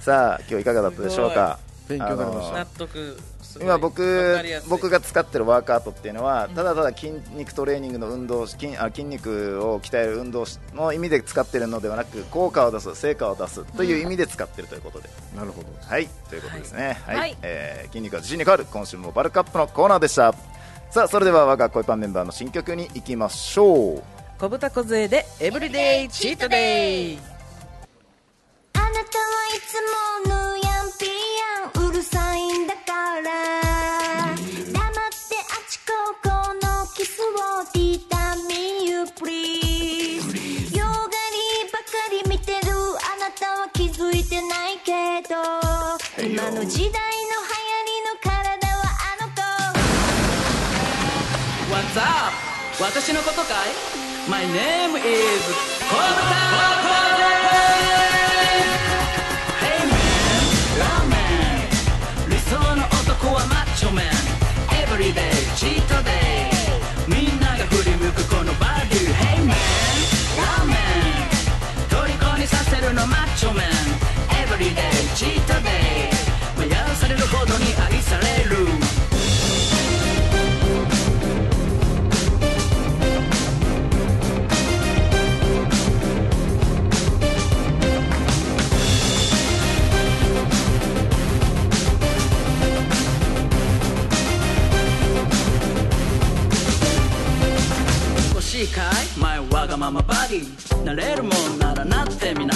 さあ今日いかがだったでしょうか
すごい勉強になりまし
あの
た
納得すごい
今
わ
僕
かりやすい
僕が使ってるワークアウトっていうのはただただ筋肉トレーニングの運動筋あ筋肉を鍛える運動の意味で使ってるのではなく効果を出す成果を出すという意味で使ってるということで、
なるほど
はいということですねはい、
はい
えー筋肉は自信に変わる今週もバルカップのコーナーでしたさあそれでは我が恋パンメンバーの新曲に行きましょう
小豚小杖でエブリデイチートデイ
あなたはいつもぬやんぴやんうるさいんだから黙ってあちこちのキスを t タ me you please よがりばかり見てるあなたは気づいてないけど今の時代の流行りの体はあの子
What's up? 私のことかい ?My name is 小豚小杖いいかい前わがままバディなれるもんならなってみな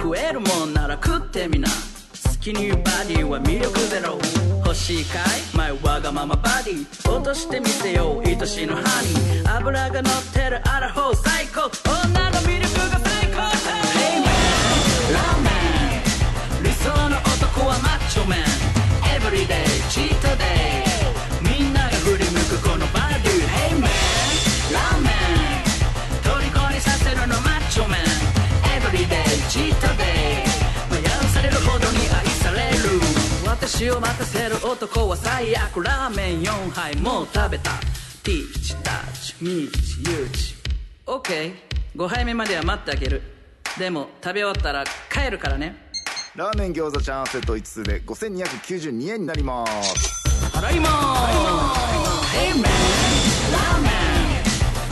食えるもんなら食ってみな好きにバディは魅力ゼロ欲しいかい前わがままバディ落としてみせよう愛しのハニー脂が乗ってるアラフォー最高女の魅力が最高だ Hey man ラーメン理想の男はマッチョメン Everyday チートデイみんなが振り向くこのバディ Hey man ラーメン虜にさせるのマッチョメン Everyday チートデイ迷わされるほどに愛される私を待たせる男は最悪ラーメン4杯もう食べたティーチタッチミーチユーチ OK5 杯目までは待ってあげるでも食べ終わったら帰るからね
ラーメン餃子チャーンアンセット5つで5292円になります
払いまーす Hey man ラーメ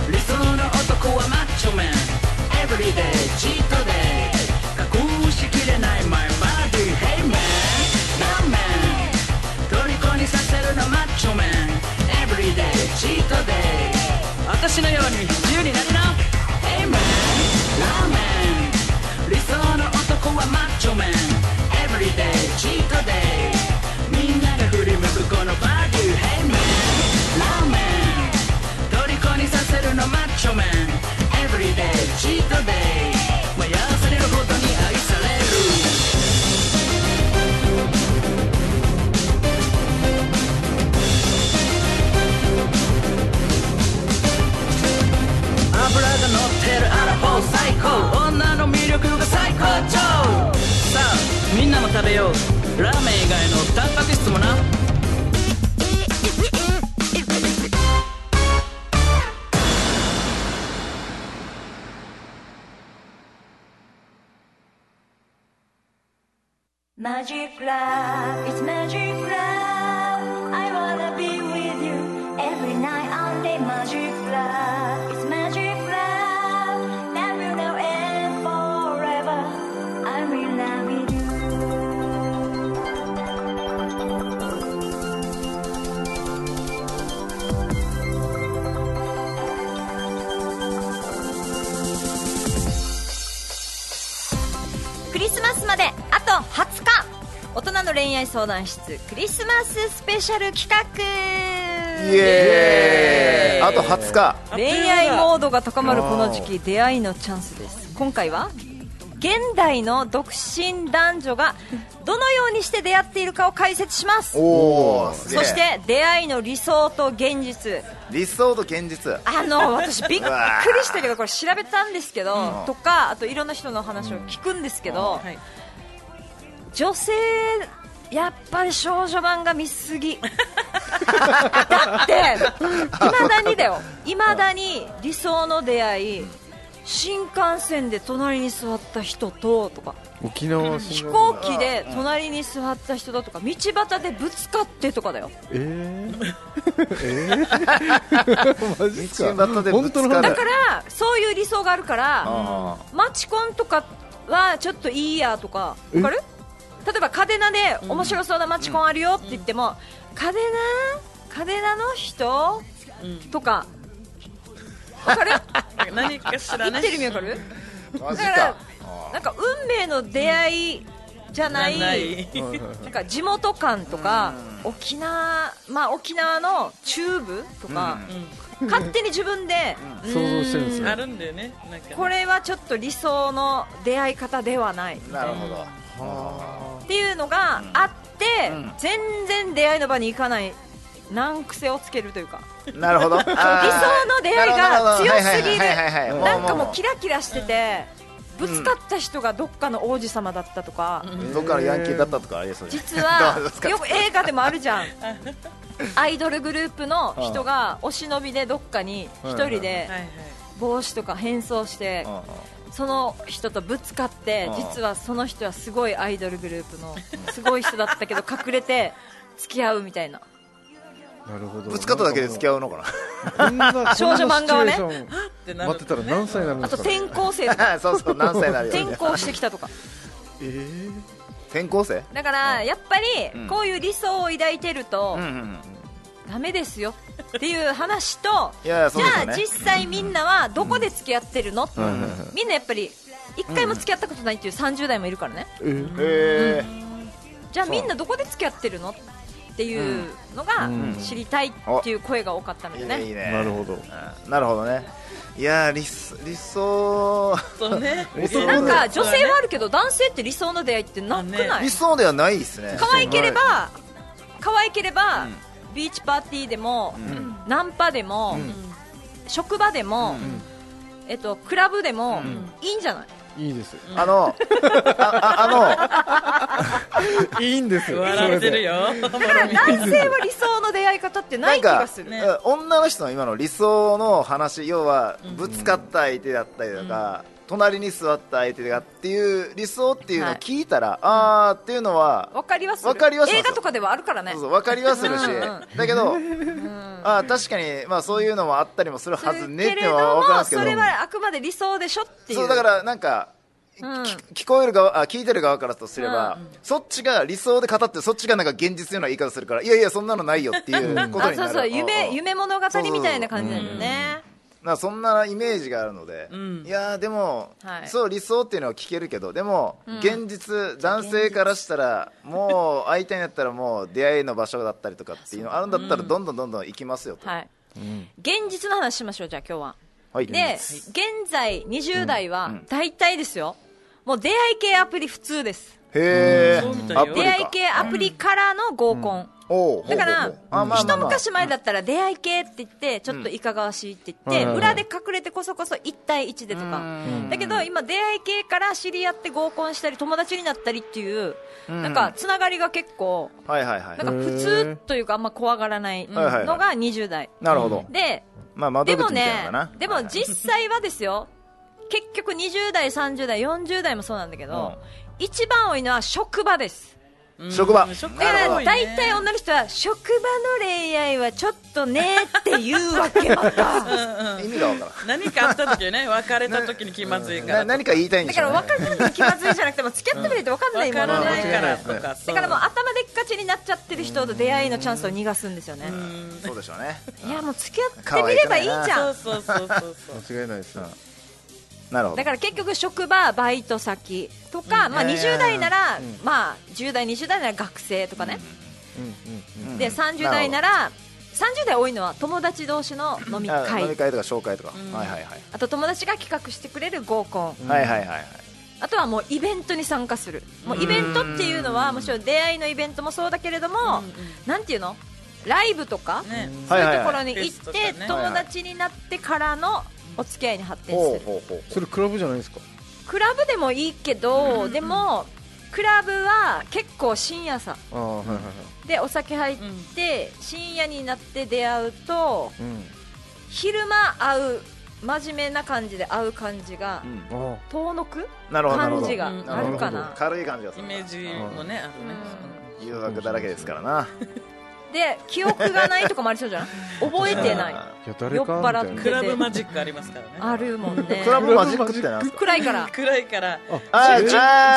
ン理想の男はマッチョメン Everyday チートデイ隠しきれない My body Hey man ラーメン虜にさせるのマッチョメン Everyday チートデイ私のように自由になりな Hey man ラーメン理想の男はマッチョメン Everyday チートデイみんなが振り向くこのバディ Hey man ラーメン虜にさせるのマッチョメン Everyday チートデイ迷わされるほどに愛される脂が乗ってるアラフォー最高女の魅力が最高潮さあみんなも食べようラーメン以外のタンパク質もな
マジックラブ It's magic love I wanna be with you Every night only magic love It's magic love Now you know and forever I'm in love with you
クリスマスまであと20日大人の恋愛相談室クリスマススペシャル企画
イエーイあと20日
恋愛モードが高まるこの時期出会いのチャンスです今回は現代の独身男 女がどのようにして出会っているかを解説します
おおそ
そして出会いの理想と現実
理想と現実
あの私びっくりしてるけどこれ調べたんですけどとかあといろんな人の話を聞くんですけど
はい
女性やっぱり少女漫画見す ぎだっていまだにだよいまだに理想の出会い新幹線で隣に座った人ととか
沖縄
飛
飛
行機で隣に座った人だとか道端でぶつかってとかだよ
えー、 えー、 マジっす
道端で
か
ぶ
本
つか
当
る
の話
だからそういう理想があるから
あ
マチコンとかはちょっといいやとかわかる例えばカデナで面白そうなマチコンあるよって言っても、カデナカデナの人、とかわかる
何かしら
言
ね
ってる意味わかる
ーマ
だ
ジ
から
か
なんか運命の出会いじゃない
ない
なんか地元感とか沖縄まあ沖縄の中部とか、勝手に自分で、
想像してるんですよ
あるんだよねなんか
これはちょっと理想の出会い方ではない
なるほど
っていうのがあって、全然出会いの場に行かない難癖をつけるというか
なるほど理想
理想の出会いが強すぎるなんかもう
う
キラキラしててぶつかった人がどっかの王子様だったとか、
どっからヤンキーだったとかありそうじゃん
実 は
どうですか
よく映画でもあるじゃんアイドルグループの人がお忍びでどっかに一人で
はいはい
帽子とか変装して
うんうん
その人とぶつかって
うん
実はその人はすごいアイドルグループのすごい人だったけど隠れて付き合うみたいな
なるほど
ぶつかっただけで付き
合
合うのか
う
少女漫画はね
ってな
待ってたら何歳になるん
あ
で
と
すか、ね、
転校生とか
な そうそう何歳になるよね
転校してきたとか
転校生
だからやっぱり
ん
こういう理想を抱いてると
うんうん
ダメですよっていう話と
いやいやそ
じ
うです
ゃ
よ
あ
ね
実際みんなはどこで付き合ってるの、
んはいはいは
みんなやっぱり一回も付き合ったことないっていう30代もいるからね
え
じゃあ
そう
みんなどこで付き合ってるのっていうのが
うん
知りたいっていう声が多かったの
ー
で
いい
ね、
ねいいね
なるほど
うんなるほどねいやー理想理想
そうね
男
なんか女性はあるけど男性って理想の出会いってなくな
理
い
想ではないですね
可愛ければ可愛ければ
うん
ビーチパーティーでも
ん
ナンパでも
うん
職場でも
ん
えっとクラブでもいいんじゃない
いいです
あのああ
いいんですよ
笑ってるよ
だから男性は理想の出会い方って
の
な
ないん
気が
か
す
う
る
ん女の人の今の理想の話要はぶつかった相手だったりとか隣に座った相手がっていう理想っていうのを聞いたらあーっていうのは
わかりはする
わかりはします
映画とかではあるからね
そうそう分かりはするし、
うんうん
だけど、あー確かに、まあ、そういうのもあったりもするはずねっ
け
て
れ
の
ど
は分かるん
も
ですけど
それはあくまで理想でしょっていう
そうだからなんか、
うん
き聞こえる側あ聞いてる側からとすれば、そっちが理想で語ってそっちがなんか現実のような言い方するからいやいやそんなのないよっていうこと
あ
に
そ
な
う
る
そう
うん
夢夢物語みたいな感じ
そう
な
そうそ
んだ
う
よね
なんかそんなイメージがあるので、いやーでも、
はい
そう理想っていうのは聞けるけどでも、現実男性からしたらもう会いたいんだったらもう出会いの場所だったりとかっていうのあるんだったらどんどんどんどん行きますよと、
はい現実の話しましょうじゃあ今日は
はい
で現在20代は大体ですよもう出会い系アプリ普通です
へえ
そうみたいよ
アプリ
出
か
会い系アプリからの合コン
おうほうほうほう
だから
あまあまあ
一
まあ
昔前だったら出会い系って言ってちょっといかがわしいって言っ
う
て
ん
裏で隠れてこそこそ1対1でとかだけど今出会い系から知り合って合コンしたり友達になったりっていうなんかつながりが結構
はいはいはい
なんか普通というかあんま怖がらないの
はいはい
が20代
なるほど、
で
まあ窓
で
口
も
みたい
ね
なのかな
でも実際はですよ 結局20代30代40代もそうなんだけど一番多いのは職場です
職場
だから
多いね
大体女の人は職場の恋愛はちょっとねっていうわけまた
意味がわか
何かあった時ね別れた時に気まずいから
らんな何か言いたいんで
だ
し
か
ょう
ら
ね
別れるの気まずいじゃなくても付き合ってみないと分かんない
分
も
から
の
ない
ね
からとかそ
だ
う
からもう頭でっかちになっちゃってる人と出会いのチャンスを逃がすんですよね
そうでしょうね
いやもう付き合ってみればいいじゃん
そうそうそうそうそう
間違いないですね
なるほど
だから結局職場バイト先とか、まあ、
いやいや
20代なら、まあ、10代20代なら学生とかね、
うんうんうん
で30代な
ら
ら30代多いのは友達同士の飲み会
飲み会とか紹介とかはいはいはい
あと友達が企画してくれる合コン、
はいはいはいはい
あとはもうイベントに参加するもうイベントっていうのはもちろん出会いのイベントもそうだけれども、なんていうのライブとか、
ね
そう
はいいうはい
とこ
は
ろ
い
に行っ
フ
て、
ェスとかね
友達になってからのお付き合いに発展す
ほ
る
う、ほうほう
それクラブじゃないですか
クラブでもいいけど、でもクラブは結構深夜さ
ああはいはいはい
でお酒入って、深夜になって出会うと
うん
昼間会う真面目な感じで会う感じが
うん
あ
遠のく
なるほどなるほど
感じが
なほど
あるか
な
軽い感じがす
イ
る
メージもねあるね
誘惑だらけですからな
で記憶がないとかもありそ うじゃない覚えてない
あ
あいや誰かみたい
酔っ払っ
な
て
クラブマジックありますからね
あるもんね
ークラブマジックって なんですか
暗いから
暗いから
あーあ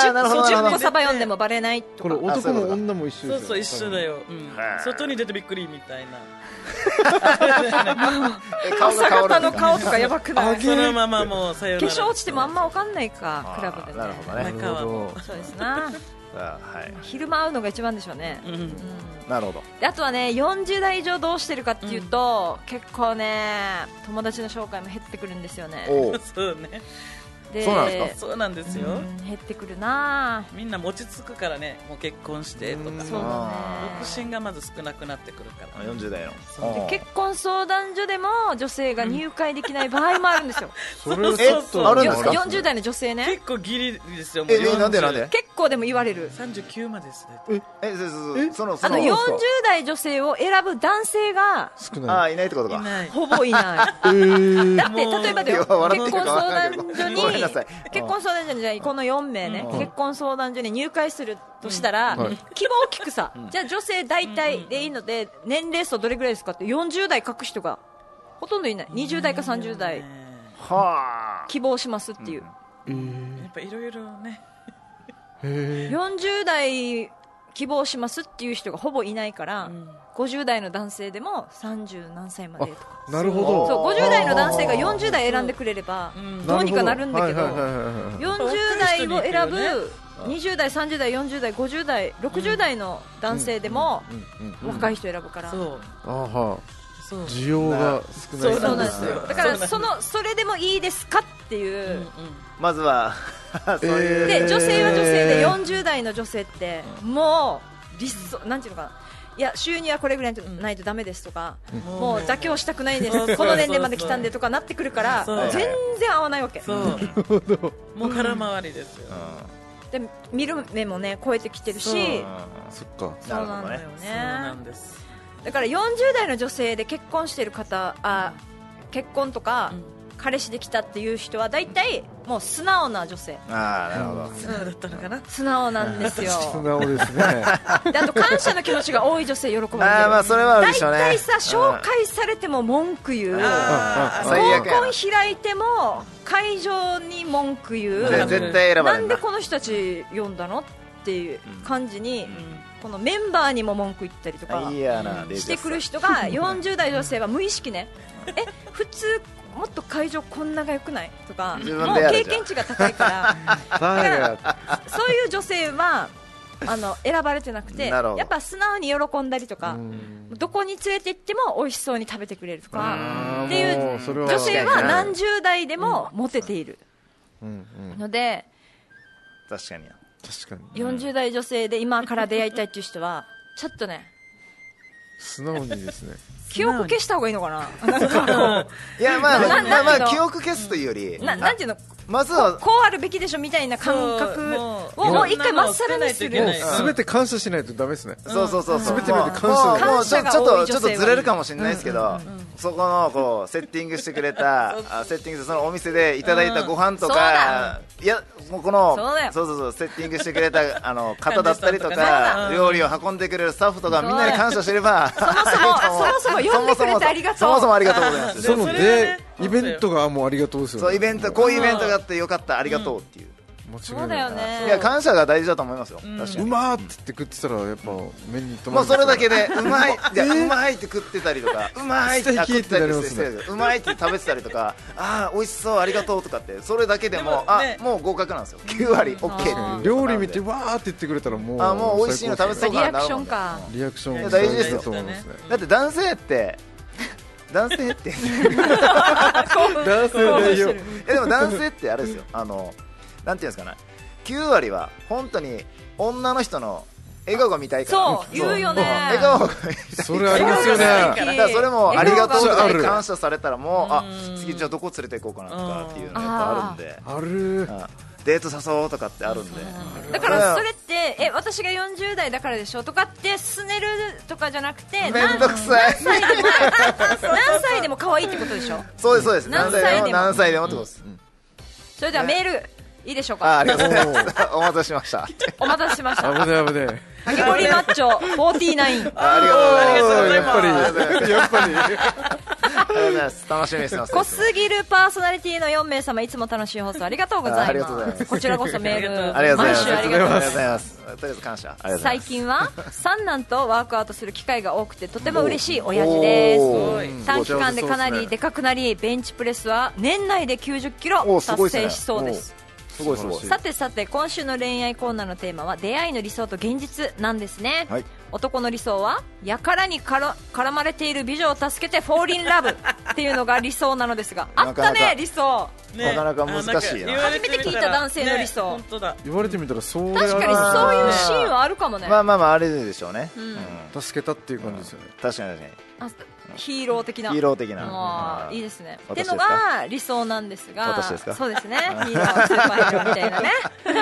ーなるほどなる
10
ほ
個
ど
サバ読んでもバレないと
これ
か
あそ
男
ういうこと
も
だ
女も一緒です
そ
よ
うそう一緒だよ、うん
はい
外に出てびっくりみたいな
え顔が変わるんで
朝方の
すか
顔とかやばくない化
そのままもうさよなら
粧落ちてもあんま分かんないかクラブで、ね、
なるほど
な
ね
るほ
そうですな
あーはい
昼間会うのが一番でしょうね、
うん
なるほど
であとはね40代以上どうしてるかっていうと、結構ね友達の紹介も減ってくるんですよね
おう
そうね
で
そうなんです
そうなんですよ、
うん減ってくるな
みんな持ちつくからねもう結婚してとか
そうだ
独
ね
身がまず少なくなってくるから
40代の
そう
うん
結婚相談所でも女性が入会できない場合もあるんですよ、
どそれは
え
ちょっと
あるん
よ
ですか
40代の女性ね
結構ギリですよもう
ええなんでなんで
結構でも言われる
39までですね
えそうそうそうその
あ
そ
の
の
40代女性を選ぶ男性が
少
あ
ない
あいないってこと
い
か
ない
ほぼいない。
えー
だって
もう
例えばだよ
いや 笑って
結
る
婚
か
相
わからん
談
け
所
ど
に
ごめんなさい
結婚相談所にじゃないこの4名ね、結婚相談所に入会するとしたら、
うんはい
希望を聞くさ、じゃあ女性大体でいいので年齢層どれぐらいですかって40代書く人がほとんどいない20代か30代
はあ
希望しますっていう、
やっぱいろいろね
へえ
40代希望しますっていう人がほぼいないから、50代の男性でも30何歳までとか
なるほ
あ
ど
そう50代の男性が40代選んでくれればどうにかなるんだけど
はいはいはいはいはい
40代を選ぶ20代、30代、40代、50代、60代の男性でも
うんうん
若い人選ぶから。
そう
あは
そう
需要が少ない
そうな
そうなんん
で
ですす
よ
よだからそのそれでもいいですかっていう、
まずはそういう、
で女性は女性
え
で
ー
40代の女性ってもう理想なんていうのかないや収入はこれぐらいないとダメですとか、もう妥協したくないで
そうそう
すこの年齢まで来たんでとかなってくるから
そう
全然合わないわけ
そう もう空回りですよ
で見る目もね超えてきてるし
そう
そっか
そうなんだよ
そうな
ね
んです
だから40代の女性で結婚してる方あ結婚とか、彼氏できたっていう人は大体もう素直な女性
ああなるほど、
そうだったのかな
素直なんですよ
素直ですね
であと感謝の気持ちが多い女性喜ぶんで
ああまあそれはあるで
大
しょうね
体さ紹介されても文句言う
あ
最
合
悪や
コン開いても会場に文句言
な
ね
で
う
絶対選ば
な
れ
ん
ん
で
な
この人たち呼んだのっていう感じにこのメンバーにも文句言ったりとか
あいいやな
してくる 人が40代女性は無意識ねえ普通もっと会場こんなが良くないとか
自分
もう
でやる
経
じゃん
験値が高いから
誰が
そういう女性はあの選ばれてなくて
なるほど
やっぱ素直に喜んだりとかどこに連れて行っても美味しそうに食べてくれるとかっていう
うそれは
女性
確か
は
にな
何十代でもモテている
うんうん
ので
確かにな
確かに
40代女性で今から出会いたいっていう人はちょっとね
素直にですね
記憶消した方がいいの かない
やまあ
な
まあま
な
あ
んていう
記
の
憶消すというより
ななんていうの
まずは
こうあるべきでしょみたいな感覚
そうもう
をもう一回まっさらにす
いろ
る
ん
も
な
う
のを捨てないといけない
全て感謝しないとダメですね
そうそうそうそう
全てにおいて感謝
もう
が
もうちょ
感謝が
ちょっ
多
と
い
ちょ
女
っと
性は
ずれるかもしれないですけどそこのこうセッティングしてくれたあセッティングそのお店でいただいたご飯とかいやもうこの
そうだよ
そうそうそうセッティングしてくれたあの方だったりと
患者さんとか
か
ね
料理を運んでくれるスタッフとか
そ
み
うんだよ
なに感謝すればそも
そもそも呼んでくれてありがとう
そもそもありがとうございます
で
そ
も
の
それは
で
ね
イベントがもうありがとうですよ
そうイベントこういうイベントがあってよかったありがとうっていう
間
そ
違
う
い
だ
な
よ
い
ね
いや感謝が大事だと思いますよ確か
う
に
まーって言って食ってたらやっぱ目に留ま
もう
る
それだけでうまいいやうまいって食ってたりとかうまいってあ
素敵
食ってた
ってな
り
りま
と
すね
かうまいって食べてたりとか ああ美味しそうありがとうとかってそれだけでも
でもね
あもう合格なんですよ9割 OK っていう
料理見てわーって言ってくれたらもう
あもう美味しいの食べそう
リアクションか
リアクション
や大事ですよ
だと思いますね
だって男性って男性ってい
男性でよ
やでも男性ってあれですよあのなんていうんですかね9割は本当に女の人の笑顔が見たいから
そう言うよね
笑顔が見たい
それありますよね
笑顔が素
だ
敵
からそれもありがとうと
あ
か
る
感謝されたらもうあ次じゃあどこ連れて行こうかなとかっていうのがやっぱあるんで
ある
あデート誘おうとかってあるんで
だからそれってえ私が40代だからでしょとかってすねるとかじゃなく
め
て
んどく
何
さい
歳でも何歳でも可愛いってことでしょ
そうですそうです何
何歳で
歳
も
でも何歳でもってことです
それではメールいいでしょう
あ
か
ありがとうございますお待たせし ました
お待たせしまし
危
た
ね危ね
かき氷マッチョ49
あありがとうございます
やっぱり やっぱり
ありがとうございます楽しみにしてます
濃すぎるパーソナリティの4名様いつも楽しい放送ありがとうござ
ああ
い
りがとうござい
ま
ます
すこちらこそメール
ありがとうござい
毎
ます
週ありがとうご
ありがと
ざいま
う
す
ございますとりあえず感謝ありがとうござい
最
ます
近は三男とワークアウトする機会が多くてとても嬉しい親父です
お
ー
短期間でかなりでかくなりベンチプレスは年内で9 0キロ
おーすごいっす
達
ね
成しそうです
すごいすごい
さてさて今週の恋愛コーナーのテーマは出会いの理想と現実なんですね、
はい
男の理想はやからにから絡まれている美女を助けてフォーリンラブっていうのが理想なのですがあ
な
っ
かなか
たね理想
ね
なかなか難しい
あ
な
んか言われみら
初めて聞いた男性の理想
ね本当だ
言われてみたらそう
確かにそういうシーンはあるかもね、
まあまあまああれでしょうねうん
う助けたっていう感じですよね
確かに確かに
あヒーロー的な
ヒーロー的
あ
な
ーいいですねって
私
の
です
が理想なんですが
私ですか
そう ですねヒーロースーパーヒーローみたい なね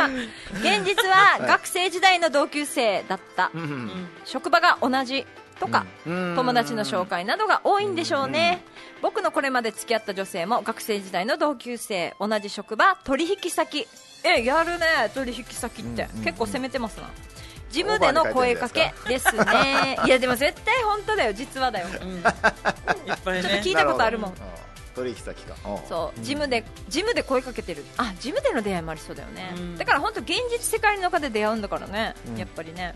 現実は学生時代の同級生だった職場が同じとか友達の紹介などが多いんでしょうね僕のこれまで付き合った女性も学生時代の同級生同じ職場取引先えやるね取引先って結構攻めてますなジムでの声かけですねいやでも絶対本当だよ実話だよ
いっぱい
ちょっと
ね
聞いたことあるもん
なほどうん取引先かうん
そうジムでジムで声かけてるあジムでの出会いもありそうだよね、
うん
だから本当現実世界の中で出会うんだからね、やっぱりね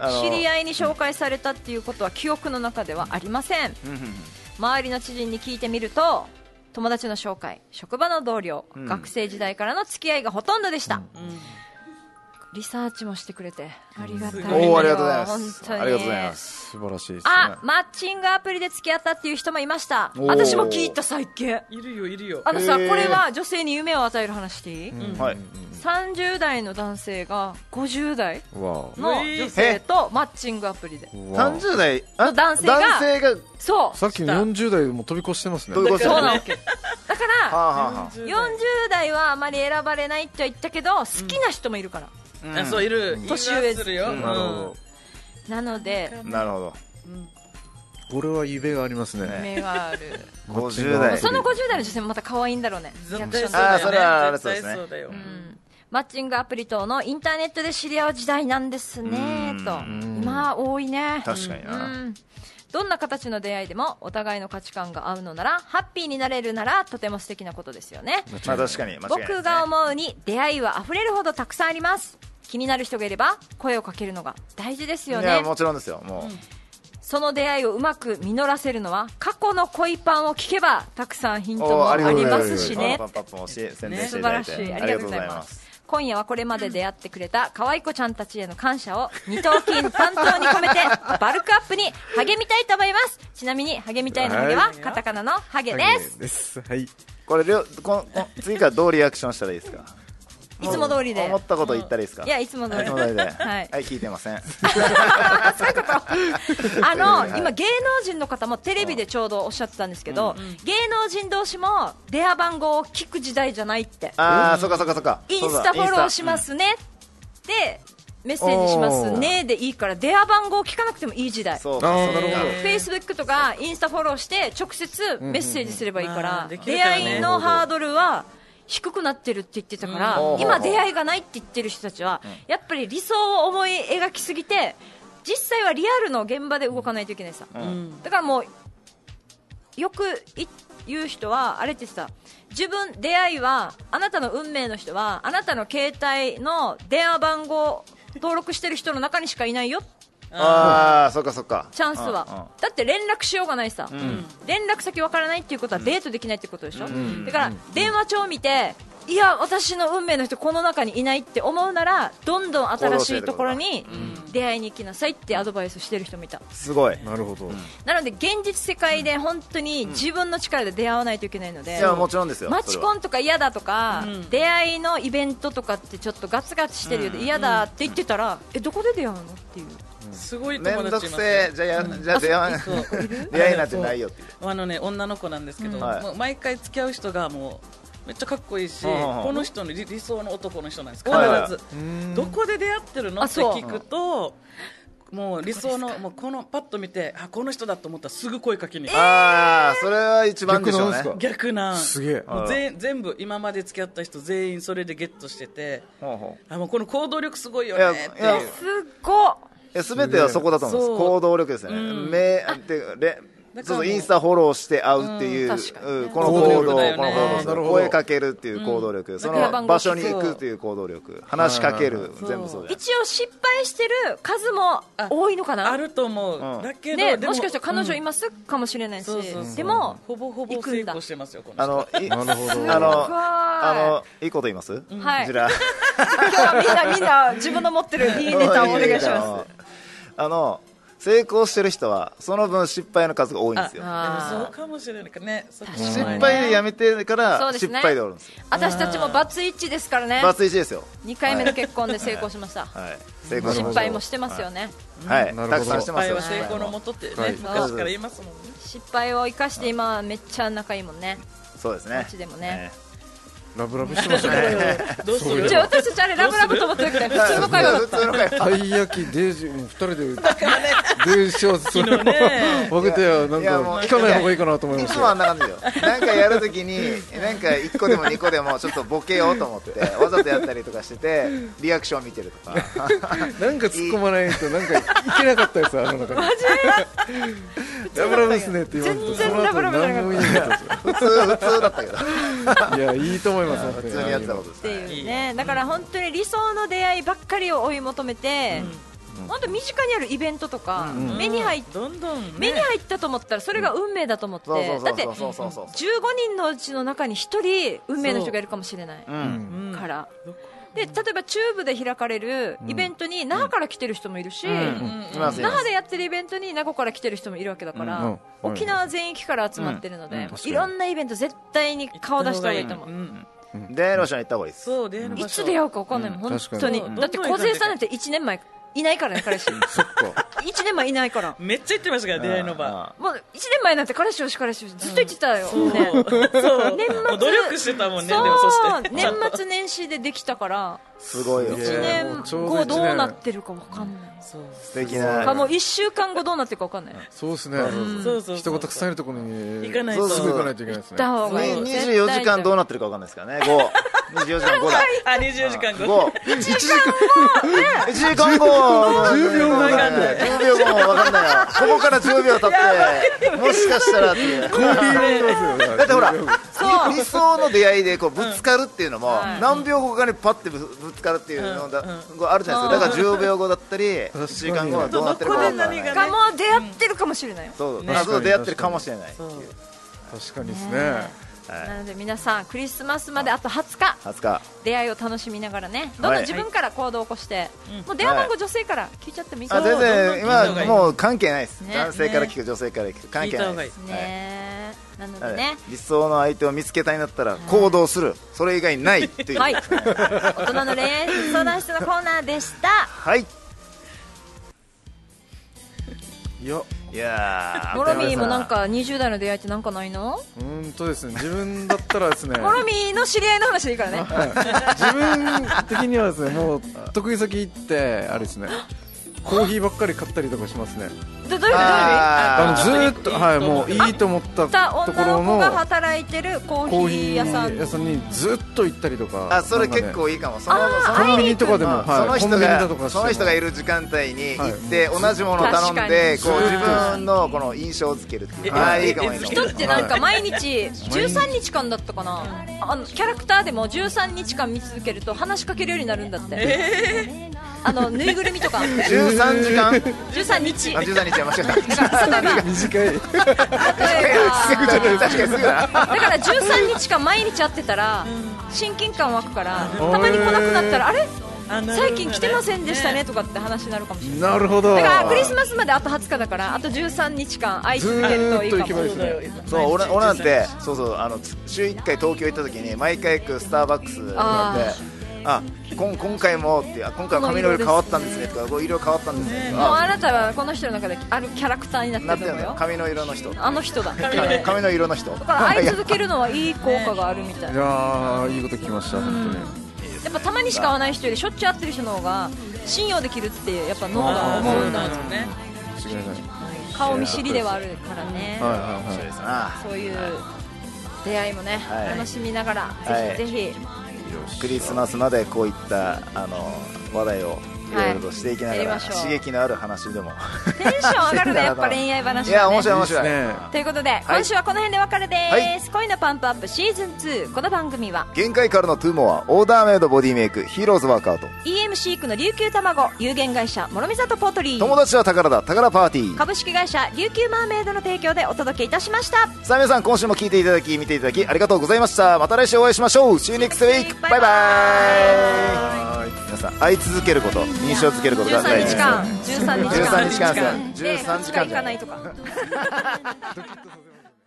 あの
知り合いに紹介されたっていうことは記憶の中ではありません
うんうんうん
周りの知人に聞いてみると友達の紹介職場の同僚、
うん
学生時代からの付き合いがほとんどでした、
うん
リサーチもしてくれてありがたい
す
のよ
ご
おーありがとうございます
本当に
ありがとうございます
素晴らしいですね
あマッチングアプリで付き合ったっていう人もいました
おー
私も聞いた最近
いるよいるよ
あのさこ
へー
れは女性に夢を与える話していい、
うん
はい
30代の男性が50代
わ
の女性とマッチングアプリで
おわお
30代あ
男性が
男性が
そう
さっきの40代も飛び越してますね
飛び越して
そうな
は
わけだか
あ
ら
はあは
40
40
代
代はあまり選ばれないっては言ったけど好きな人もいるから、
あ
あそういる
年上
するよ、
うん
なるほ
なので
うんなるほど
どこれは夢がありますね
目が ある
50
は
代
い
その50代の女性もまた可愛いんだろうね
絶
リア
対
ク
そう
ション
だよね
あーそれはあれ
絶対
そうですね
そうだよ、
うんマッチングアプリ等のインターネットで知り合う時代なんですね
うん
と
ん
まあ多いね
確かにな、
うんどんな形の出会いでもお互いの価値観が合うのならハッピーになれるならとても素敵なことですよね
まあ確かに間違いないですね
僕が思うに出会いは溢れるほどたくさんあります気になる人がいれば声をかけるのが大事ですよ
いや
ね
もちろんですよも
その出会いをうまく実らせるのは過去の恋パンを聞けばたくさんヒン
う、
ト
おー
もあ
あ
り
りがとうござい
ま
ます
すしね
パンパンパンパン教え宣伝して
素
い
晴
ただ
ら
い、
していありがとう
あ
ござい
りがとうござい
ま
ます
す今夜はこれまで出会ってくれた可愛い子ちゃんたちへの感謝を二頭筋担当に 込めてバルクアップに励みたいと思いますちなみに励みたいのハゲはカタカナのハゲです
ですはい
これりょこのこの次からどうリアクションしたらいいですか
いつも通りで
思ったこと言ったらいいですか
いやいつも通
い
り
つも通りでは
はい
聞いてません
あの今芸能人の方もテレビでちょうどおっしゃってたんですけど、芸能人同士も電話番号を聞く時代じゃないって
ああそっかそっかそっか
インスタフォローしますすね、でメッセージしますねでいいから電話番号を聞かなくてもいい時代
そう
あ
か
あなるほど
フェイスブックとかインスタフォローして直接メッセージすればいいから,、
うんうんできる
出
からね
会いのハードルは低くなってるって言ってたから、
うん
今、出会いがないって言ってる人たちは、やっぱり理想を思い描きすぎて実際はリアルの現場で動かないといけないさ、
ん
だからもうよくい言う人はあれってさ自分、出会いはあなたの運命の人はあなたの携帯の電話番号登録してる人の中にしかいないよ
ああそっかそっか
チャンスは、だって連絡しようがないさ、連絡先わからないっていうことはデートできないってことでしょ、だから電話帳を見ていや私の運命の人この中にいないって思うならどんどん新しいところに出会いに行きなさいってアドバイスしてる人もいた
うんすごい
なるほど
なので現実世界で本当に自分の力で出会わないといけないので、
いやもちろんですよ
マチコンとか嫌だとか、出会いのイベントとかってちょっとガツガツしてるようで嫌だって言ってたら、えどこで出会うのっていう
すごい
それは
友
めんど
達
く
います
せ
よ
えじゃあやじゃあ出会わ
そう
出会いなんてないよっていう
あのね女の子なんですけど、
んはい
もう毎回付き合う人がもうめっちゃかっこいいし、
うんうんうん
この人の理理想の男の人なんです必ず、
はいはい
どこで出会ってるの
あ
って
そう
聞くと、もう理想のもうこのパッと見てあこの人だと思ったらすぐ声かけに、
ああそれは一番でしょうね
逆なん
逆なん
すげえ
もうぜ全部今まで付き合った人全員それでゲットしてて
ほうほ
あもうこの行動力すごいよ
ういや
ねって
い
いう
や
すごっ
いや全てはそこだと思うんです
そう
行動力ですよね、目でれ
だ
そ
から
う
も
そううインスタフォローして会うっていう、
うん確かに
うんこの行動
行
この
動力だよね
行動
なる
力
ほど
声かけるっていう行動力、そ
電話番
の
号
場所に行くっていう行動力話しかける
そう
全部そうじゃ
一応失敗してる数も多いのかな
あると思う、
うん
だけど、
ね、
で
もしかしたら彼女
うん
いますかもしれないし、
そうそうそう
でも、
ほぼほぼ
行く
成
んだ
功してますよこの人
あのい
なるほど
あ
すごい
のあのいいこと言います、
は
こ
い
ちら
今日はみんなみんな自分の持って るいいネタをお願いします
あの成功してる人はその分失敗の数が多いんですよ
あ
でもそうかもしれないかね。そっちもね
失敗でやめてか
そう
ら
です
失
ね
敗でおるんですよ
す私たちもバツイチですからね
バツイチですよ、
2回目の結婚で成功しました
はい、成功しま
失
した
敗もしてますよね
はい、
なるほど
たくさんして
失
ます
敗
よ
は成功のもとってね、
はい
昔から言いますもんね。
失敗を生かして今めっちゃ仲いいもんね
そうですね
こっちでもね
ラブラブしてましたね
どうす
そう
る
よ
じゃあ私たちあれラブラブと思ってるけど普通の会話だった
普通の会話
たい焼きデージ2人でデージをそれを
ね
分けてよなん
いや
か
もう
聞かない方がいいかなと思い
い
まし
つ
た
もあ
よ
んな感じよなんかやるときになんか1個でも2個でもちょっとボケようと思 ってわざとやったりとかしててリアクション見てるとか
なんか突っ込まないとなんかいけなかったですあの中でマジラブラブですねって言われて
全然ラブラブじゃなかった
その後何も言えなかった
普
ですよ
通普通だったけど
いやいいと思います本当
普
に
通にやってたことで
っ
す
ていうねだから本当に理想の出会いばっかりを追い求めて、本当身近にあるイベントとか、目に入っ
どんどん、ね、
目に入ったと思ったらそれが運命だと思って、
そうそう
だ
そ
って
う
15
そうそうそうそう
人のうちの中に1人運命の人がいるかもしれない
うん
うん
から、で例えば中部で開かれるイベントに那覇から来てる人もいるし、
いますい
那
ます
覇でやってるイベントに名護から来てる人もいるわけだから、
うんうん
沖縄全域から集まってるので、
うん確かに
いろんなイベント絶対に顔出した方がいいと思う。
ん
でロシアに行った方がいいです
そう出会える
い
場所
つ出会うか分かんないもん、
うん
本当に
確かに
だって小杉さんなんて1年前いないからね彼氏
そっか
1年前いないから
めっちゃ行ってましたから出会いの場
もう1年前なんて彼氏よし彼氏よしずっと言ってたよ、
そう
ね
そう
年末
もう努力してたもんねで
そう
もそして
年末年始でできたから
すごいよ
いや
1
えーもう
年
ちょうど
後
一年
どうなってるか分かんない、
そう
素敵
か
な
もう1週間後どうなってるか分かんない
そうですね
そうそう
人がたくさんいるところに
行かない
と
すぐ行かないといけないですね
だ方がいいよ
24時間どう
絶
なってるかわかんないですからね524時間5だ
あ24時間後
5 1時間後1時間後
10秒後
わかんない10秒後もわかんないよここから10秒経ってもしかしたらっていう
コーヒー飲みますよね
だってほら
そう
理想の出会いでこうぶつかるっていうのも
はい
何秒後かにパッてぶぶつかるっていうのがあるじゃないですかだから10秒後だったり1時間後はどうなってるかわかんな
どこで
い
何が
対かも出会ってるかもしれないよ、
そう
ね
謎と出会ってるかもしれない
そう
確かにです
ね
ね
なので皆さんクリスマスまであと20日
20日
出会いを楽しみながらねどんどん自分から行動を起こして、もう電話番号女性から聞いちゃってもいいか
あ
な
全然
どんどん聞いた方が
今
いい
もう関係ないです、
ね
男性から聞く女性から聞く関係ないです
ね、
はい
なの
な
で
ので
ね
理想の相手を見つけたいんだったら行動する、それ以外ないっていう
はい大人の恋愛相談室のコーナーでした
はい
いや
いやー
モロミーもなんか20代の出会いってなんかないの
本当ですね自分だったらですね
モロミーの知り合いの話でいいからね
自分的にはですねもう得意先行ってあれですねコーヒーばっかり買ったりとかしますね
どどういう意味どういう意味
あ
あ
のずーっとはいもういいと思った
た
とこ
女の
ろ
子
の
が働いてるコ
コ
ー
ー
ヒ
ヒー
ー屋
屋
さ
さ
ん
ん
の
にずっと行ったりとか
あそれ
なんか
結
ね
構いいかもその
あー
その
コンビニとかでも
まあその
はいコン
人
ビニだと
が
か
その人がいる時間帯に行って同じものを頼んで
確
こ
か
う
に
自分のこの印象付けるっていう
うん
ああーいいかもいいかも
人ってなんか毎日13日間だったかなあのキャラクターでも13日間見続けると話しかけるようになるんだって、あのぬいぐるみとか
13時間
13日
あ13日は間違 え
だから 例えば
短 い
例えば
た確かにすぐだ
だから13日間毎日会ってたら親近感湧くからたまに来なくなったらあれ最近来てませんでしたねとかって話になるかもしれない
なるほど
だからクリスマスまであと20日だからあと13日間会い
ず
続けると
ー
い
っ
い
と行
か
けばいい
も
ですね
そう俺俺なんてそうそうあのつ週1回東京行った時に毎回行くスターバックスなんで
あ
あこん今回もってあ今回は髪の色変わったんですねとかこう色変わったんですねと
もう
か
あなたはこの人の中であるキャラクターになって
なっ
る
て
と
るのよ
思うよ
髪の色の人
あの人だだか
髪髪の色の人
ら会い
や
続けるのはいい効果があるみたい
い
な
やーいいこと聞きました本当に
やっぱたまにしか会わない人よりしょっちゅう会ってる人の方が信用できるってやっぱ脳が思うんだよね
違いない
顔見知りではあるからね
はいはいはい
ですな
そういう出会いもね、
はい
楽しみながら、
はい
ぜひぜひ
クリスマスまでこういったあの話題をいろいろとしていきながら、
はいやりましょう
刺激のある話でも
テンション上が るねやっぱ恋愛話は、ね、
いや面白い面
で
白
す
い
ね
ということで、今週はこの辺でお別れです、恋のパンプアップシーズン2この番組は
限界からのトゥーモアオーダーメイドボディメイクヒーローズワークアウト
EM 飼育の琉球卵有限会社諸見里ポートリ
友
ー
達は宝だ宝パーティー
株式会社琉球マーメイドの提供でお届けいたしました
さあ皆さん今週も聞いていただき見ていただきありがとうございましたまた来週お会いしましょう See you next week バイバイ皆さん会い続けること認証続けることが大
13
事で
日
す
間13日
13日間
間
です13時
で2日
間
行
じゃ
か
な
ないいとか
ドキッとさせる